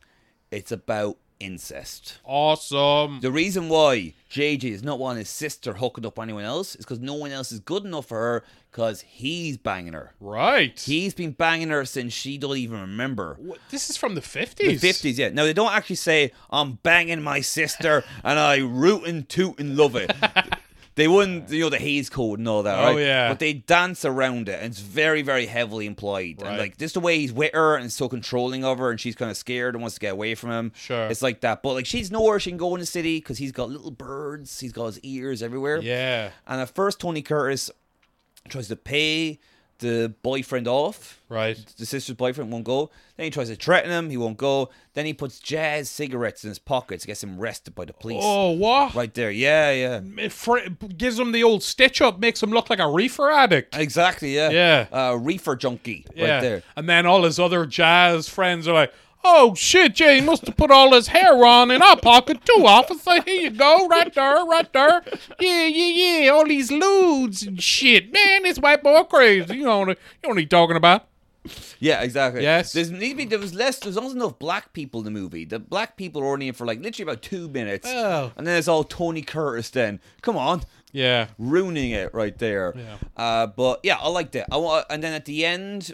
[SPEAKER 1] it's about incest.
[SPEAKER 2] Awesome.
[SPEAKER 1] The reason why JJ is not wanting his sister hooking up anyone else is because no one else is good enough for her because he's banging her.
[SPEAKER 2] Right.
[SPEAKER 1] He's been banging her since she don't even remember.
[SPEAKER 2] What- this is from the 50s.
[SPEAKER 1] fifties, yeah. Now they don't actually say I'm banging my sister and I root and toot and love it. they wouldn't, you know, the Hayes Code and all that.
[SPEAKER 2] Oh,
[SPEAKER 1] right?
[SPEAKER 2] yeah.
[SPEAKER 1] But they dance around it, and it's very, very heavily implied. And
[SPEAKER 2] Right.
[SPEAKER 1] like just the way he's with her and so controlling of her, and she's kind of scared and wants to get away from him.
[SPEAKER 2] Sure.
[SPEAKER 1] it's like that. But like she's nowhere she can go in the city because he's got little birds, he's got his ears everywhere.
[SPEAKER 2] Yeah.
[SPEAKER 1] And at first, Tony Curtis tries to pay the boyfriend off.
[SPEAKER 2] Right.
[SPEAKER 1] The sister's boyfriend won't go. Then he tries to threaten him. He won't go. Then he puts jazz cigarettes in his pockets. Gets him arrested by the police.
[SPEAKER 2] Oh, what?
[SPEAKER 1] Right there. Yeah, yeah.
[SPEAKER 2] It fr- gives him the old stitch up, makes him look like a reefer addict.
[SPEAKER 1] Exactly. Yeah.
[SPEAKER 2] Yeah.
[SPEAKER 1] Uh, reefer junkie. Right there.
[SPEAKER 2] And then all his other jazz friends are like, oh shit, Jay must have put all his hair on in our pocket too, officer. Here you go, right there, right there. Yeah, yeah, yeah. All these lewds and shit. Man, this white boy crazy. You know, what- you know what he talking about?
[SPEAKER 1] Yeah, exactly.
[SPEAKER 2] Yes.
[SPEAKER 1] There's need to be, there was less. There's not enough black people in the movie. The black people are only in for like literally about two minutes.
[SPEAKER 2] Oh.
[SPEAKER 1] And then it's all Tony Curtis. Then come on.
[SPEAKER 2] Yeah.
[SPEAKER 1] ruining it right there.
[SPEAKER 2] Yeah.
[SPEAKER 1] Uh, but yeah, I liked it. I want, and then at the end,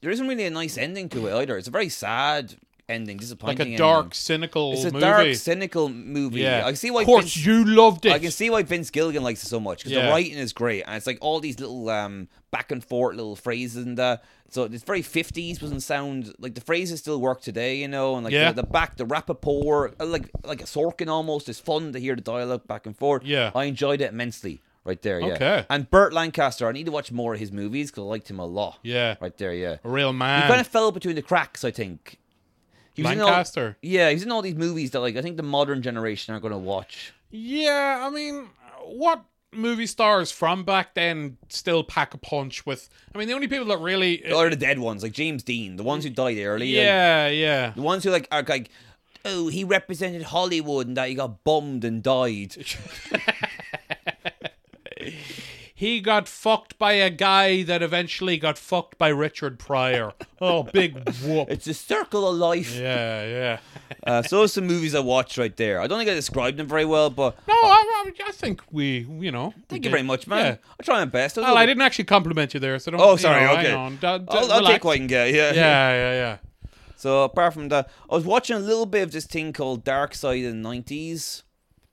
[SPEAKER 1] there isn't really a nice ending to it either. It's a very sad ending, disappointing.
[SPEAKER 2] Like a
[SPEAKER 1] ending.
[SPEAKER 2] dark, cynical
[SPEAKER 1] It's a
[SPEAKER 2] movie.
[SPEAKER 1] dark, cynical movie.
[SPEAKER 2] yeah.
[SPEAKER 1] I see why.
[SPEAKER 2] Of course,
[SPEAKER 1] Vince,
[SPEAKER 2] you loved it.
[SPEAKER 1] I can see why Vince Gilligan likes it so much because
[SPEAKER 2] Yeah.
[SPEAKER 1] the writing is great, and it's like all these little um, back and forth little phrases and that. So it's very fifties. Doesn't sound like the phrases still work today, you know. And like
[SPEAKER 2] Yeah.
[SPEAKER 1] the, the back, the Rappaport, uh, like like a Sorkin almost. It's fun to hear the dialogue back and forth.
[SPEAKER 2] Yeah.
[SPEAKER 1] I enjoyed it immensely. Right there, yeah.
[SPEAKER 2] Okay.
[SPEAKER 1] And Burt Lancaster, I need to watch more of his movies because I liked him a lot.
[SPEAKER 2] Yeah.
[SPEAKER 1] Right there, yeah.
[SPEAKER 2] A real
[SPEAKER 1] He
[SPEAKER 2] man.
[SPEAKER 1] kind of fell between the cracks, I think. He was in all-
[SPEAKER 2] Lancaster.
[SPEAKER 1] yeah, he was in all these movies that like I think the modern generation aren't going to watch.
[SPEAKER 2] Yeah, I mean, what movie stars from back then still pack a punch with? I mean, the only people that really.
[SPEAKER 1] or the dead ones, like James Dean, the ones who died early. like,
[SPEAKER 2] yeah, yeah.
[SPEAKER 1] the ones who like are like, oh, he represented Hollywood and that he got bombed and died.
[SPEAKER 2] He got fucked by a guy that eventually got fucked by Richard Pryor. Oh, big whoop.
[SPEAKER 1] It's a circle of life.
[SPEAKER 2] Yeah, yeah.
[SPEAKER 1] Uh, so those are some movies I watched right there. I don't think I described them very well, but
[SPEAKER 2] No, I, I, I think we, you know. we
[SPEAKER 1] thank
[SPEAKER 2] did.
[SPEAKER 1] you very much, man.
[SPEAKER 2] Yeah.
[SPEAKER 1] I try my best. was a
[SPEAKER 2] Well, I
[SPEAKER 1] little-
[SPEAKER 2] didn't actually compliment you there, so don't.
[SPEAKER 1] Oh,
[SPEAKER 2] you
[SPEAKER 1] sorry.
[SPEAKER 2] know,
[SPEAKER 1] okay.
[SPEAKER 2] Hang on. Da- da-
[SPEAKER 1] I'll, I'll
[SPEAKER 2] relax.
[SPEAKER 1] take what I can get. Yeah.
[SPEAKER 2] Yeah, yeah, yeah.
[SPEAKER 1] So apart from that, I was watching a little bit of this thing called Dark Side of the Nineties.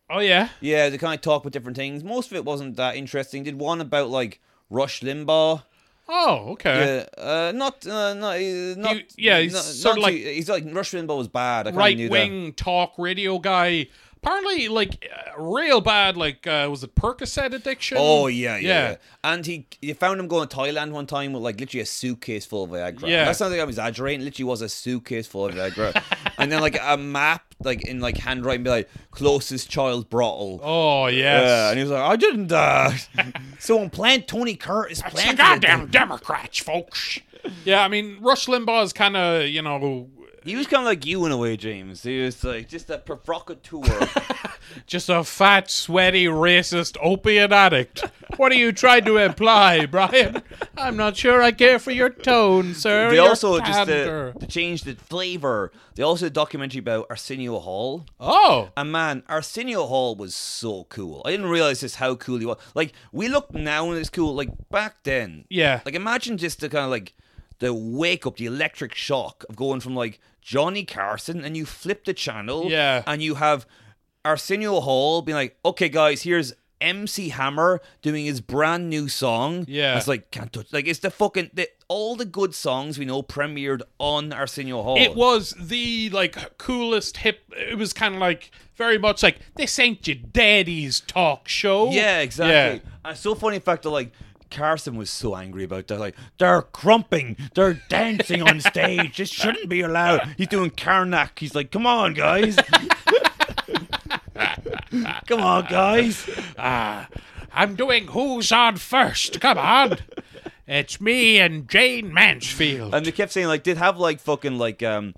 [SPEAKER 2] Oh yeah.
[SPEAKER 1] Yeah, they kind of talk about different things. Most of it wasn't that interesting. Did one about like Rush Limbaugh.
[SPEAKER 2] Oh, okay.
[SPEAKER 1] Yeah, uh, not, uh, not, uh, not.
[SPEAKER 2] You- yeah, he's
[SPEAKER 1] not-
[SPEAKER 2] sort of
[SPEAKER 1] not
[SPEAKER 2] like-
[SPEAKER 1] too- he's like Rush Limbaugh was bad. I kind of knew
[SPEAKER 2] right wing talk radio guy. Apparently, like uh, real bad. Like uh, was it Percocet addiction?
[SPEAKER 1] that. Oh yeah, yeah,
[SPEAKER 2] Yeah.
[SPEAKER 1] yeah. And he, you found him going to Thailand one time with like literally a suitcase full of Viagra.
[SPEAKER 2] Yeah.
[SPEAKER 1] that's not like I'm exaggerating. Literally was a suitcase full of Viagra, and then like a map, like in like handwriting, be like closest child brothel.
[SPEAKER 2] Oh
[SPEAKER 1] Yeah,
[SPEAKER 2] yes.
[SPEAKER 1] and he was like, I didn't. Uh, someone planned Tony Curtis.
[SPEAKER 3] It's the
[SPEAKER 1] Planted it.
[SPEAKER 3] goddamn Democrats, folks.
[SPEAKER 2] Yeah, I mean Rush Limbaugh is kind of you know
[SPEAKER 1] He was kind of like you in a way, James. He was like just a provocateur.
[SPEAKER 2] just a fat, sweaty, racist opiate addict. What are you trying to imply, Brian? I'm not sure I care for your tone, sir.
[SPEAKER 1] they
[SPEAKER 2] your
[SPEAKER 1] also just uh,
[SPEAKER 2] candor.
[SPEAKER 1] to change the flavor. They also did a documentary about Arsenio Hall.
[SPEAKER 2] oh
[SPEAKER 1] And man, Arsenio Hall was so cool. I didn't realize just how cool he was. Like we look now and it's cool. Like back then,
[SPEAKER 2] yeah,
[SPEAKER 1] like imagine just the kind of like the wake up, the electric shock of going from like Johnny Carson and you flip the channel,
[SPEAKER 2] Yeah.
[SPEAKER 1] and you have Arsenio Hall being like, "Okay, guys, here's." MC Hammer doing his brand new song.
[SPEAKER 2] Yeah.
[SPEAKER 1] it's like can't touch. Like it's the fucking the, all the good songs we know premiered on Arsenio Hall.
[SPEAKER 2] it was the like coolest hip. It was kind of like very much like this ain't your daddy's talk show.
[SPEAKER 1] Yeah, exactly. And it's so funny, in fact, that like Carson was so angry about that. Like they're crumping, they're dancing on stage. This shouldn't be allowed. He's doing Karnak. He's like, come on, guys. Come on, guys.
[SPEAKER 2] Ah, I'm doing who's on first. Come on. It's me and Jane Mansfield.
[SPEAKER 1] And they kept saying like they'd have like fucking like um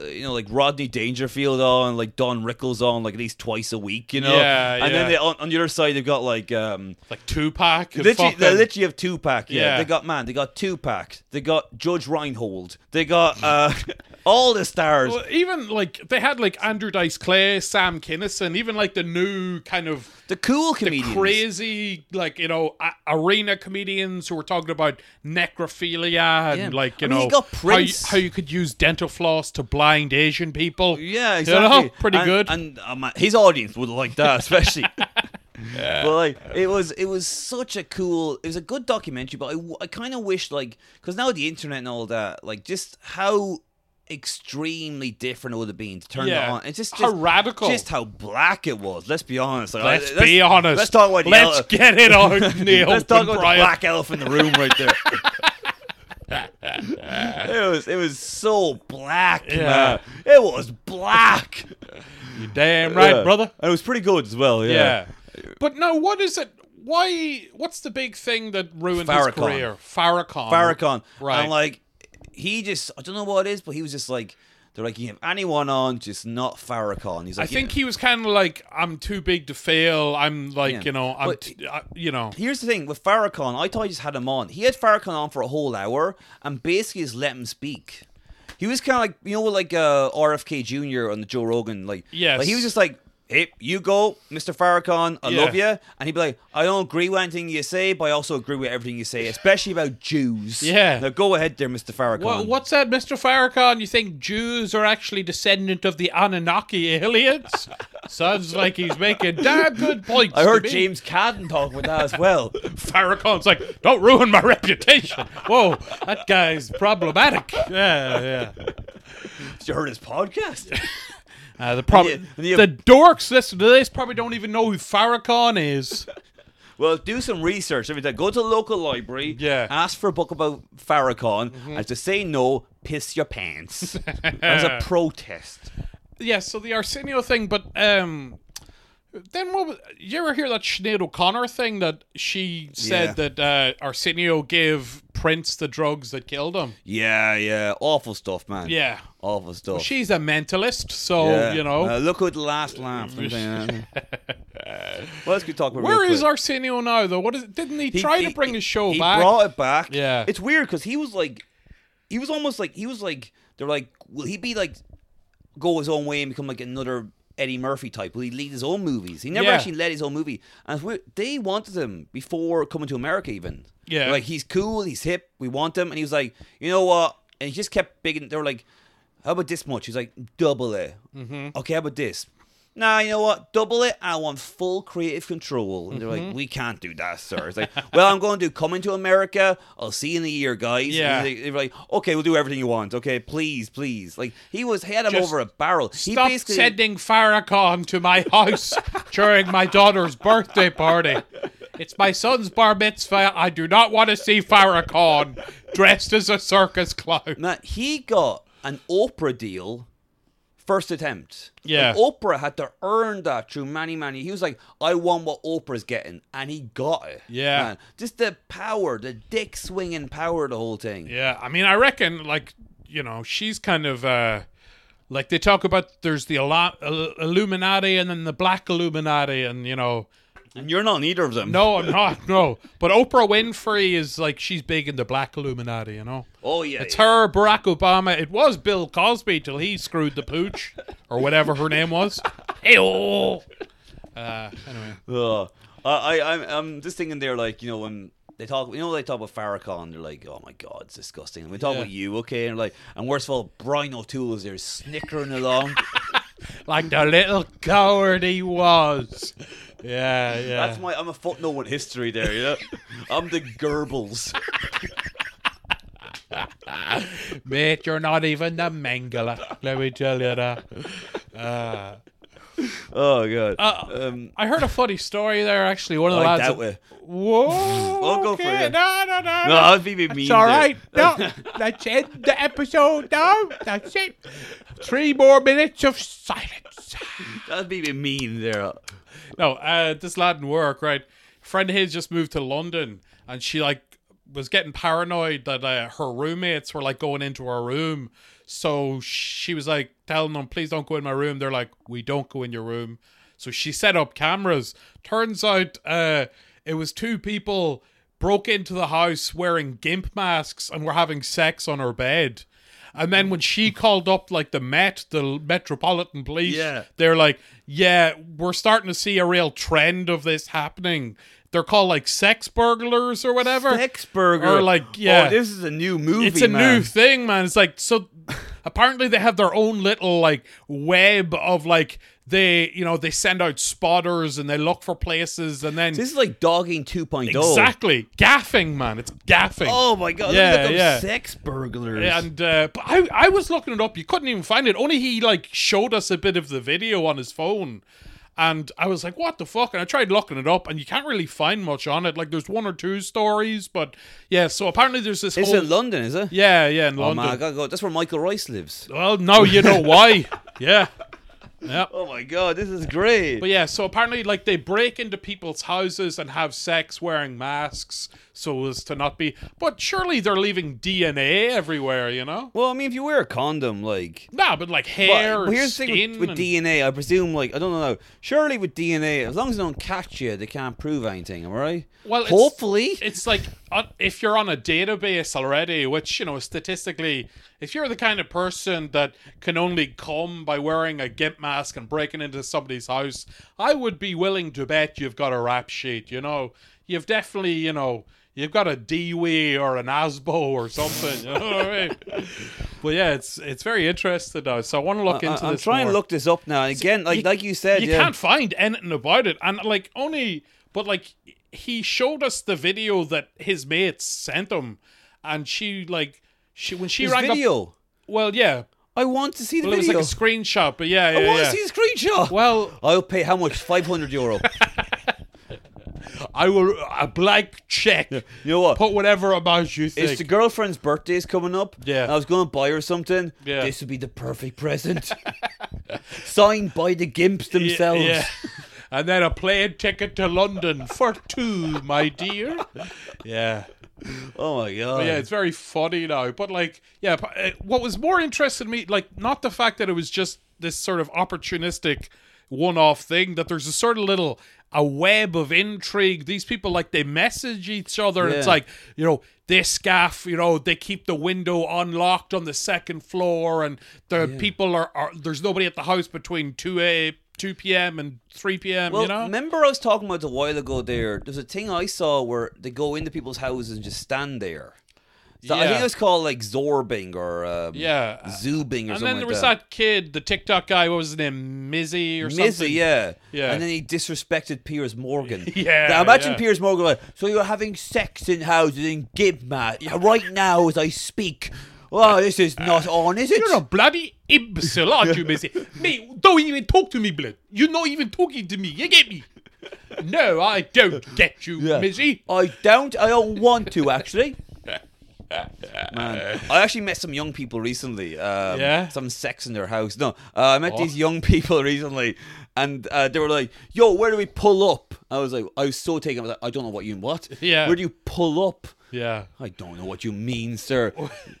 [SPEAKER 1] uh, you know like Rodney Dangerfield on like Don Rickles on like at least twice a week, you know.
[SPEAKER 2] Yeah,
[SPEAKER 1] and
[SPEAKER 2] yeah.
[SPEAKER 1] then they, on, on the other side they've got like um
[SPEAKER 2] like Tupac. And
[SPEAKER 1] Literally,
[SPEAKER 2] fucking-
[SPEAKER 1] they literally have Tupac. Yeah.
[SPEAKER 2] Yeah.
[SPEAKER 1] they got man. They got Tupac. They got Judge Reinhold. They got uh, all the stars.
[SPEAKER 2] Well, even like they had like Andrew Dice Clay, Sam Kinison, even like the new kind of
[SPEAKER 1] The cool comedians.
[SPEAKER 2] crazy, like you know, a- arena comedians who were talking about necrophilia and
[SPEAKER 1] Yeah.
[SPEAKER 2] like you
[SPEAKER 1] I mean, you
[SPEAKER 2] know
[SPEAKER 1] got
[SPEAKER 2] how, you,
[SPEAKER 1] Prince.
[SPEAKER 2] how you could use dental floss to blind Asian people.
[SPEAKER 1] yeah,
[SPEAKER 2] You know,
[SPEAKER 1] exactly.
[SPEAKER 2] pretty
[SPEAKER 1] And-
[SPEAKER 2] good.
[SPEAKER 1] And uh, man, his audience would like that, especially. But like, it was it was such a cool. It was a good documentary, but I, kind of wish like because now with the internet and all that, like just how extremely different it would have been to turn
[SPEAKER 2] Yeah.
[SPEAKER 1] it on. It's just,
[SPEAKER 2] How
[SPEAKER 1] just
[SPEAKER 2] radical.
[SPEAKER 1] Just how black it was. Let's be honest. Like,
[SPEAKER 2] Let's
[SPEAKER 1] I-
[SPEAKER 2] be
[SPEAKER 1] Uh,
[SPEAKER 2] honest.
[SPEAKER 1] Let's talk about the
[SPEAKER 2] Let's
[SPEAKER 1] ele-
[SPEAKER 2] get it on, Neil.
[SPEAKER 1] Let's talk
[SPEAKER 2] and
[SPEAKER 1] about
[SPEAKER 2] Brian.
[SPEAKER 1] the black elephant in the room right there. it was it was so black, man. It was black.
[SPEAKER 2] You damn right,
[SPEAKER 1] Yeah.
[SPEAKER 2] brother.
[SPEAKER 1] And it was pretty good as well. Yeah.
[SPEAKER 2] Yeah. But no, what is it? Why? What's the big thing that ruined his
[SPEAKER 1] Farrakhan.
[SPEAKER 2] career? Farrakhan.
[SPEAKER 1] Farrakhan.
[SPEAKER 2] Right.
[SPEAKER 1] And like he just I don't know what it is, but he was just like they're like you can have anyone on, just not Farrakhan. He's
[SPEAKER 2] I
[SPEAKER 1] like
[SPEAKER 2] think he was kind of like, I'm too big to fail. I'm like,
[SPEAKER 1] Yeah.
[SPEAKER 2] you know, I'm,
[SPEAKER 1] But-
[SPEAKER 2] t- I, you know,
[SPEAKER 1] Here's the thing with Farrakhan, I thought he just had him on. He had Farrakhan on for a whole hour and basically just let him speak. He was kind of like you know like uh, RFK Jr. on the Joe Rogan like
[SPEAKER 2] Yes.
[SPEAKER 1] like, he was just like hey you go Mr. Farrakhan I
[SPEAKER 2] Yeah.
[SPEAKER 1] love you and he'd be like I don't agree with anything you say but I also agree with everything you say especially about Jews
[SPEAKER 2] Yeah.
[SPEAKER 1] now go ahead there Mr. Farrakhan
[SPEAKER 2] Wha- what's that, Mr. Farrakhan? You think Jews are actually descendant of the Anunnaki aliens? Sounds like he's making damn good points.
[SPEAKER 1] I
[SPEAKER 2] to
[SPEAKER 1] heard
[SPEAKER 2] me.
[SPEAKER 1] James Cadden talk about that as well.
[SPEAKER 2] Farrakhan's like, don't ruin my reputation. Whoa, that guy's problematic. Yeah, yeah.
[SPEAKER 1] you heard his podcast?
[SPEAKER 2] Uh, the, prob-
[SPEAKER 1] Yeah, yeah.
[SPEAKER 2] the dorks listen to this probably don't even know who Farrakhan is.
[SPEAKER 1] well, do some research every time. Go to the local library.
[SPEAKER 2] Yeah. Mm-hmm.
[SPEAKER 1] Ask for a book about Farrakhan. And if they say no, piss your pants. As a protest.
[SPEAKER 2] yeah, so the Arsenio thing, but um, then what? Was, you ever hear that Sinead O'Connor thing that she said
[SPEAKER 1] Yeah.
[SPEAKER 2] that uh, Arsenio gave Prince the drugs that killed him?
[SPEAKER 1] Yeah, yeah. Awful stuff, man.
[SPEAKER 2] Yeah.
[SPEAKER 1] Awful stuff.
[SPEAKER 2] She's a mentalist, so
[SPEAKER 1] Yeah.
[SPEAKER 2] you know.
[SPEAKER 1] Uh, look who the last laugh. well, let's keep talking about
[SPEAKER 2] Where
[SPEAKER 1] real
[SPEAKER 2] is
[SPEAKER 1] quick.
[SPEAKER 2] Arsenio now, though? What is? Didn't he, try to bring his show
[SPEAKER 1] he
[SPEAKER 2] back?
[SPEAKER 1] brought it back.
[SPEAKER 2] Yeah.
[SPEAKER 1] it's weird because he was like, he was almost like he was like they're like, will he be like, go his own way and become like another Eddie Murphy type? Will he lead his own movies? He never
[SPEAKER 2] Yeah.
[SPEAKER 1] actually led his own movie, and it's weird. they wanted him before coming to America even.
[SPEAKER 2] Yeah.
[SPEAKER 1] They're like he's cool, he's hip, we want him, and he was like, you know what? And he just kept bigging. They were like, how about this much? He's like, double it. Mm-hmm. Okay, how about this? Nah, you know what? Double it. I want full creative control. And they're like,
[SPEAKER 2] Mm-hmm.
[SPEAKER 1] we can't do that, sir. It's like, well, I'm going to come into America. I'll see you in a year, guys. And
[SPEAKER 2] Yeah.
[SPEAKER 1] They, they were like, okay, we'll do everything you want. Okay, please, please. Like, he was, he had him
[SPEAKER 2] Just
[SPEAKER 1] over a barrel. He
[SPEAKER 2] Stop
[SPEAKER 1] basically,
[SPEAKER 2] sending Farrakhan to my house during my daughter's birthday party. It's my son's bar mitzvah. I do not want to see Farrakhan dressed as a circus clown.
[SPEAKER 1] Matt, he got an Oprah deal first attempt.
[SPEAKER 2] Yeah.
[SPEAKER 1] Like, Oprah had to earn that through many, many. He was like, I want what Oprah's getting. And he got it.
[SPEAKER 2] Yeah.
[SPEAKER 1] Man, just the power, the dick swinging power, of the whole thing.
[SPEAKER 2] Yeah, I mean, I reckon, like, you know, she's kind of uh, like they talk about there's the Illu- Ill- Illuminati and then the Black Illuminati, and, you know,
[SPEAKER 1] And you're not neither of them.
[SPEAKER 2] no, I'm not, no. But Oprah Winfrey is like, she's big into Black Illuminati, you know?
[SPEAKER 1] Oh, yeah.
[SPEAKER 2] It's
[SPEAKER 1] yeah.
[SPEAKER 2] her, Barack Obama. It was Bill Cosby till he screwed the pooch or whatever her name was. Hey, oh. Uh, anyway.
[SPEAKER 1] Ugh. I, I, I'm, I'm just thinking they're like, you know, when they talk, you know, they talk about Farrakhan, they're like, oh my god, it's disgusting. And we talk
[SPEAKER 2] Yeah.
[SPEAKER 1] about you, okay, and like, and worst of all, Brian O'Toole is there snickering along.
[SPEAKER 2] Like the little coward he was. Yeah, yeah.
[SPEAKER 1] That's my, I'm a footnote in history there, you know. I'm the Goebbels.
[SPEAKER 2] Mate, you're not even the Mengele. Let me tell you that. Uh,
[SPEAKER 1] Oh god.
[SPEAKER 2] Uh, oh,
[SPEAKER 1] um,
[SPEAKER 2] I heard a funny story there, actually. One of the
[SPEAKER 1] like
[SPEAKER 2] lads.
[SPEAKER 1] that way.
[SPEAKER 2] Whoa.
[SPEAKER 1] I'll go for
[SPEAKER 2] okay.
[SPEAKER 1] it.
[SPEAKER 2] No, no, no.
[SPEAKER 1] No, I'd be mean.
[SPEAKER 2] It's
[SPEAKER 1] there.
[SPEAKER 2] all right. No, let's end the episode now. That's it. Three more minutes of silence.
[SPEAKER 1] That'd be mean there.
[SPEAKER 2] No, uh, this lad in work, right? Friend of his just moved to London, and she like was getting paranoid that uh, her roommates were like going into her room. So she was like telling them, "Please don't go in my room." They're like, "We don't go in your room." So she set up cameras. Turns out, uh, it was two people broke into the house wearing gimp masks and were having sex on her bed. And then when she called up like the Met, the Metropolitan Police,
[SPEAKER 1] Yeah.
[SPEAKER 2] they're like, yeah, we're starting to see a real trend of this happening. They're called like sex burglars or whatever.
[SPEAKER 1] Hexburger.
[SPEAKER 2] Or like, yeah.
[SPEAKER 1] Oh, this is a new movie.
[SPEAKER 2] it's a
[SPEAKER 1] man.
[SPEAKER 2] new thing, man. It's like so. apparently, they have their own little like web of like they, you know, they send out spotters and they look for places and then
[SPEAKER 1] This is like dogging 2.0.
[SPEAKER 2] exactly gaffing, man. It's gaffing.
[SPEAKER 1] Oh my god!
[SPEAKER 2] Yeah,
[SPEAKER 1] Yeah, look up
[SPEAKER 2] yeah.
[SPEAKER 1] Sex burglars.
[SPEAKER 2] And uh, but I, I was looking it up. You couldn't even find it. Only he like showed us a bit of the video on his phone, and I was like, "What the fuck?" And I tried looking it up, and you can't really find much on it. Like there's one or two stories, but yeah. So apparently there's this
[SPEAKER 1] it's
[SPEAKER 2] whole
[SPEAKER 1] in London, is it?
[SPEAKER 2] yeah, yeah, in
[SPEAKER 1] Oh man,
[SPEAKER 2] London.
[SPEAKER 1] I gotta go. That's where Michael Rice lives.
[SPEAKER 2] Well, now you know why. yeah. Yeah.
[SPEAKER 1] Oh my god, this is great.
[SPEAKER 2] But yeah, so apparently, like they break into people's houses and have sex wearing masks so as to not be. But surely they're leaving DNA everywhere, you know?
[SPEAKER 1] well, I mean, if you wear a condom, like.
[SPEAKER 2] Nah, but like hair,
[SPEAKER 1] Well,
[SPEAKER 2] and
[SPEAKER 1] here's the
[SPEAKER 2] skin,
[SPEAKER 1] thing with, with
[SPEAKER 2] and-
[SPEAKER 1] DNA. I presume, like, I don't know. Surely with DNA, as long as they don't catch you, they can't prove anything. Am I right?
[SPEAKER 2] Well, it's-
[SPEAKER 1] hopefully.
[SPEAKER 2] It's like on, if you're on a database already, which you know statistically, if you're the kind of person that can only come by wearing a gimp mask and breaking into somebody's house, I would be willing to bet you've got a rap sheet. You know, you've definitely, you know, you've got a DWE or an ASBO or something. you know what I mean? But yeah, it's it's very interesting though. So I want to look
[SPEAKER 1] I,
[SPEAKER 2] into
[SPEAKER 1] am
[SPEAKER 2] this.
[SPEAKER 1] trying
[SPEAKER 2] more
[SPEAKER 1] to look this up now. And again, like, like you said,
[SPEAKER 2] you
[SPEAKER 1] yeah.
[SPEAKER 2] can't find anything about it and like only but like he showed us the video that his mates sent him and she like she when she
[SPEAKER 1] This
[SPEAKER 2] rang up
[SPEAKER 1] video.
[SPEAKER 2] well yeah
[SPEAKER 1] I want to see the
[SPEAKER 2] well it was
[SPEAKER 1] video.
[SPEAKER 2] like a screenshot but yeah yeah,
[SPEAKER 1] I want
[SPEAKER 2] yeah.
[SPEAKER 1] to see the screenshot.
[SPEAKER 2] well
[SPEAKER 1] I'll pay how much? Five hundred euro.
[SPEAKER 2] i will a blank check
[SPEAKER 1] You know what?
[SPEAKER 2] put whatever amount you think
[SPEAKER 1] It's the girlfriend's birthday is coming up.
[SPEAKER 2] Yeah.
[SPEAKER 1] And I was going to buy her something.
[SPEAKER 2] Yeah.
[SPEAKER 1] This would be the perfect present. Signed by the gimps themselves.
[SPEAKER 2] Yeah. And then a plane ticket to London for two, my dear. Yeah.
[SPEAKER 1] Oh my god.
[SPEAKER 2] But yeah, it's very funny now. But like, yeah, p- uh, what was more interesting to me, like, not the fact that it was just this sort of opportunistic one-off thing. That there's a sort of little a web of intrigue. These people like they message each other, and it's
[SPEAKER 1] Yeah.
[SPEAKER 2] like you know this gaff, you know they keep the window unlocked on the second floor, and the people are, are there's nobody at the house between two a. 2 p.m. and 3 p.m.
[SPEAKER 1] Well,
[SPEAKER 2] you know,
[SPEAKER 1] remember I was talking about a while ago there. There's a thing I saw where they go into people's houses and just stand there. So I
[SPEAKER 2] Yeah.
[SPEAKER 1] think it was called like zorbing or um,
[SPEAKER 2] Yeah.
[SPEAKER 1] zoobing or
[SPEAKER 2] and
[SPEAKER 1] something.
[SPEAKER 2] then
[SPEAKER 1] like
[SPEAKER 2] there was
[SPEAKER 1] that.
[SPEAKER 2] that kid, the TikTok guy. What was his name? Mizzy or something.
[SPEAKER 1] Mizzy, yeah.
[SPEAKER 2] Yeah.
[SPEAKER 1] And then he disrespected Piers Morgan.
[SPEAKER 2] Yeah,
[SPEAKER 1] Now imagine
[SPEAKER 2] yeah.
[SPEAKER 1] Piers Morgan like, so you're having sex in houses in Gibmat right now as I speak. Oh, this is not on, is it?
[SPEAKER 2] Uh, You're a bloody imbecile, aren't you, Missy? Mate, don't even talk to me, blood. You're not even talking to me. You get me? No, I don't get you,
[SPEAKER 1] Yeah.
[SPEAKER 2] Missy.
[SPEAKER 1] I don't. I don't want to actually. Man, I actually met some young people recently. Um,
[SPEAKER 2] Yeah?
[SPEAKER 1] Some sex in their house. No, uh, I met these young people recently, and uh, they were like, "Yo, where do we pull up?" I was like, I was so taken. I was like, I don't know what you what.
[SPEAKER 2] Yeah.
[SPEAKER 1] Where do you pull up?
[SPEAKER 2] Yeah.
[SPEAKER 1] I don't know what you mean, sir.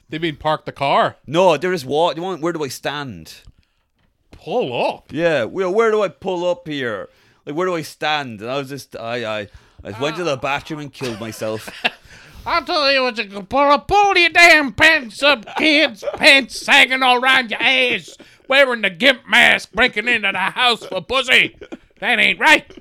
[SPEAKER 2] They mean park the car.
[SPEAKER 1] No, there is what. They want. Where do I stand?
[SPEAKER 2] Pull up.
[SPEAKER 1] Yeah. Where, where do I pull up here? Like, where do I stand? And I was just, I, I, I went to
[SPEAKER 2] Ah.
[SPEAKER 1] the bathroom and killed myself.
[SPEAKER 3] I'll tell you what you can pull up. Pull your damn pants up, kids. Pants sagging all around your ass. Wearing the gimp mask, breaking into the house for pussy. That ain't right.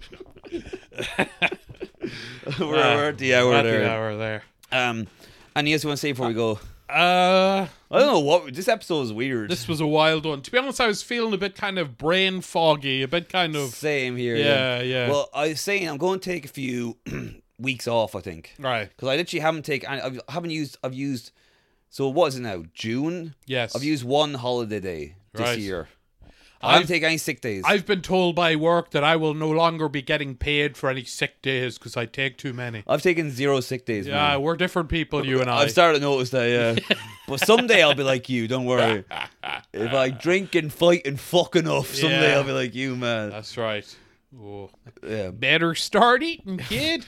[SPEAKER 1] we're, we're at the hour
[SPEAKER 2] At
[SPEAKER 1] there.
[SPEAKER 2] the Ah, hour there.
[SPEAKER 1] Um, and yes, you want to say before we go?
[SPEAKER 2] Uh,
[SPEAKER 1] I don't know what this episode is weird.
[SPEAKER 2] this was a wild one. To be honest, I was feeling a bit kind of brain foggy, a bit kind of
[SPEAKER 1] same here.
[SPEAKER 2] Yeah, yeah.
[SPEAKER 1] Well, I was saying I'm going to take a few weeks off. I think
[SPEAKER 2] right.
[SPEAKER 1] because I literally haven't taken. I I haven't used. I've used. So what is it now? June.
[SPEAKER 2] Yes.
[SPEAKER 1] I've used one holiday day this
[SPEAKER 2] Right.
[SPEAKER 1] year. I haven't
[SPEAKER 2] I've-
[SPEAKER 1] taken any sick days.
[SPEAKER 2] I've been told by work that I will no longer be getting paid for any sick days because I take too many.
[SPEAKER 1] I've taken zero sick days. man.
[SPEAKER 2] Yeah, we're different people, you and I.
[SPEAKER 1] Hmm. I've started to notice that, yeah. but someday I'll be like you, don't worry. If I drink and fight and fuck enough, someday
[SPEAKER 2] Yeah.
[SPEAKER 1] I'll be like you, man.
[SPEAKER 2] That's right. Oh.
[SPEAKER 1] Yeah.
[SPEAKER 2] Better start eating, kid.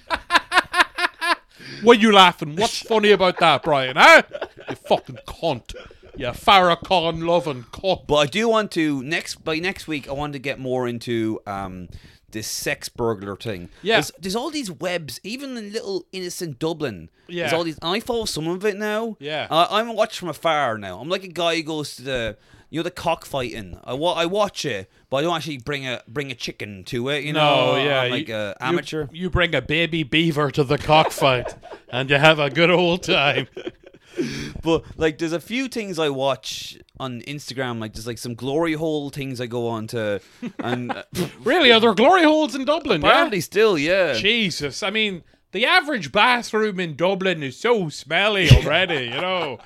[SPEAKER 2] what you laughing? What's funny about that, Brian? Huh? You fucking cunt. You Farrakhan loving cunt.
[SPEAKER 1] But I do want to next by next week. I want to get more into um this sex burglar thing.
[SPEAKER 2] Yeah.
[SPEAKER 1] there's, there's all these webs, even in little innocent Dublin.
[SPEAKER 2] Yeah.
[SPEAKER 1] there's all these. And I follow some of it now.
[SPEAKER 2] Yeah.
[SPEAKER 1] I, I'm watched from afar now. I'm like a guy who goes to the you know the cockfighting. I wa- I watch it, but I don't actually bring a bring a chicken to it. You know, Oh, I'm like
[SPEAKER 2] you-
[SPEAKER 1] a amateur.
[SPEAKER 2] You, you bring a baby beaver to the cockfight, and you have a good old time.
[SPEAKER 1] but like there's a few things I watch on Instagram, like there's like some glory hole things I go on to, and uh,
[SPEAKER 2] Really, are there glory holes in Dublin? Yeah?
[SPEAKER 1] apparently still, yeah.
[SPEAKER 2] Jesus, I mean, the average bathroom in Dublin is so smelly already, you know,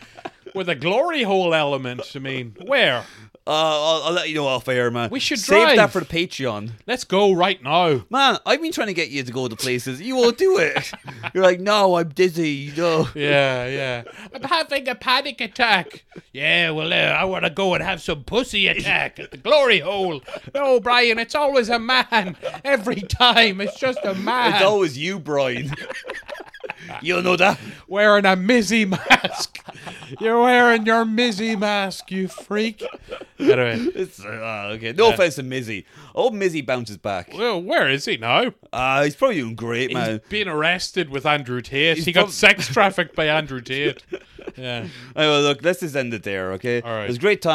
[SPEAKER 2] with a glory hole element. I mean, where?
[SPEAKER 1] Uh, I'll, I'll let you know off air, man.
[SPEAKER 2] We should
[SPEAKER 1] save that
[SPEAKER 2] drive.
[SPEAKER 1] for the Patreon,
[SPEAKER 2] Let's go right now.
[SPEAKER 1] man. I've been trying to get you to go to places. You won't do it. You're like, no, I'm dizzy. No.
[SPEAKER 2] Yeah, yeah.
[SPEAKER 4] I'm having a panic attack. Yeah, well, uh, I want to go and have some pussy attack at the glory hole.
[SPEAKER 2] No, Brian, it's always a man. Every time, it's just a man
[SPEAKER 1] It's always you, Brian. you know that.
[SPEAKER 2] wearing a Mizzy mask. You're wearing your Mizzy mask, you freak. Anyway,
[SPEAKER 1] It's uh, okay. No offense to Mizzy. Oh, Mizzy bounces back.
[SPEAKER 2] well, where is he now?
[SPEAKER 1] Uh, he's probably doing great,
[SPEAKER 2] He's
[SPEAKER 1] man.
[SPEAKER 2] been arrested with Andrew Tate.
[SPEAKER 1] He's
[SPEAKER 2] he got
[SPEAKER 1] prob-
[SPEAKER 2] sex trafficked by Andrew Tate. Yeah.
[SPEAKER 1] Oh, well, look, let's just end it there, okay?
[SPEAKER 2] All right.
[SPEAKER 1] It was a great time.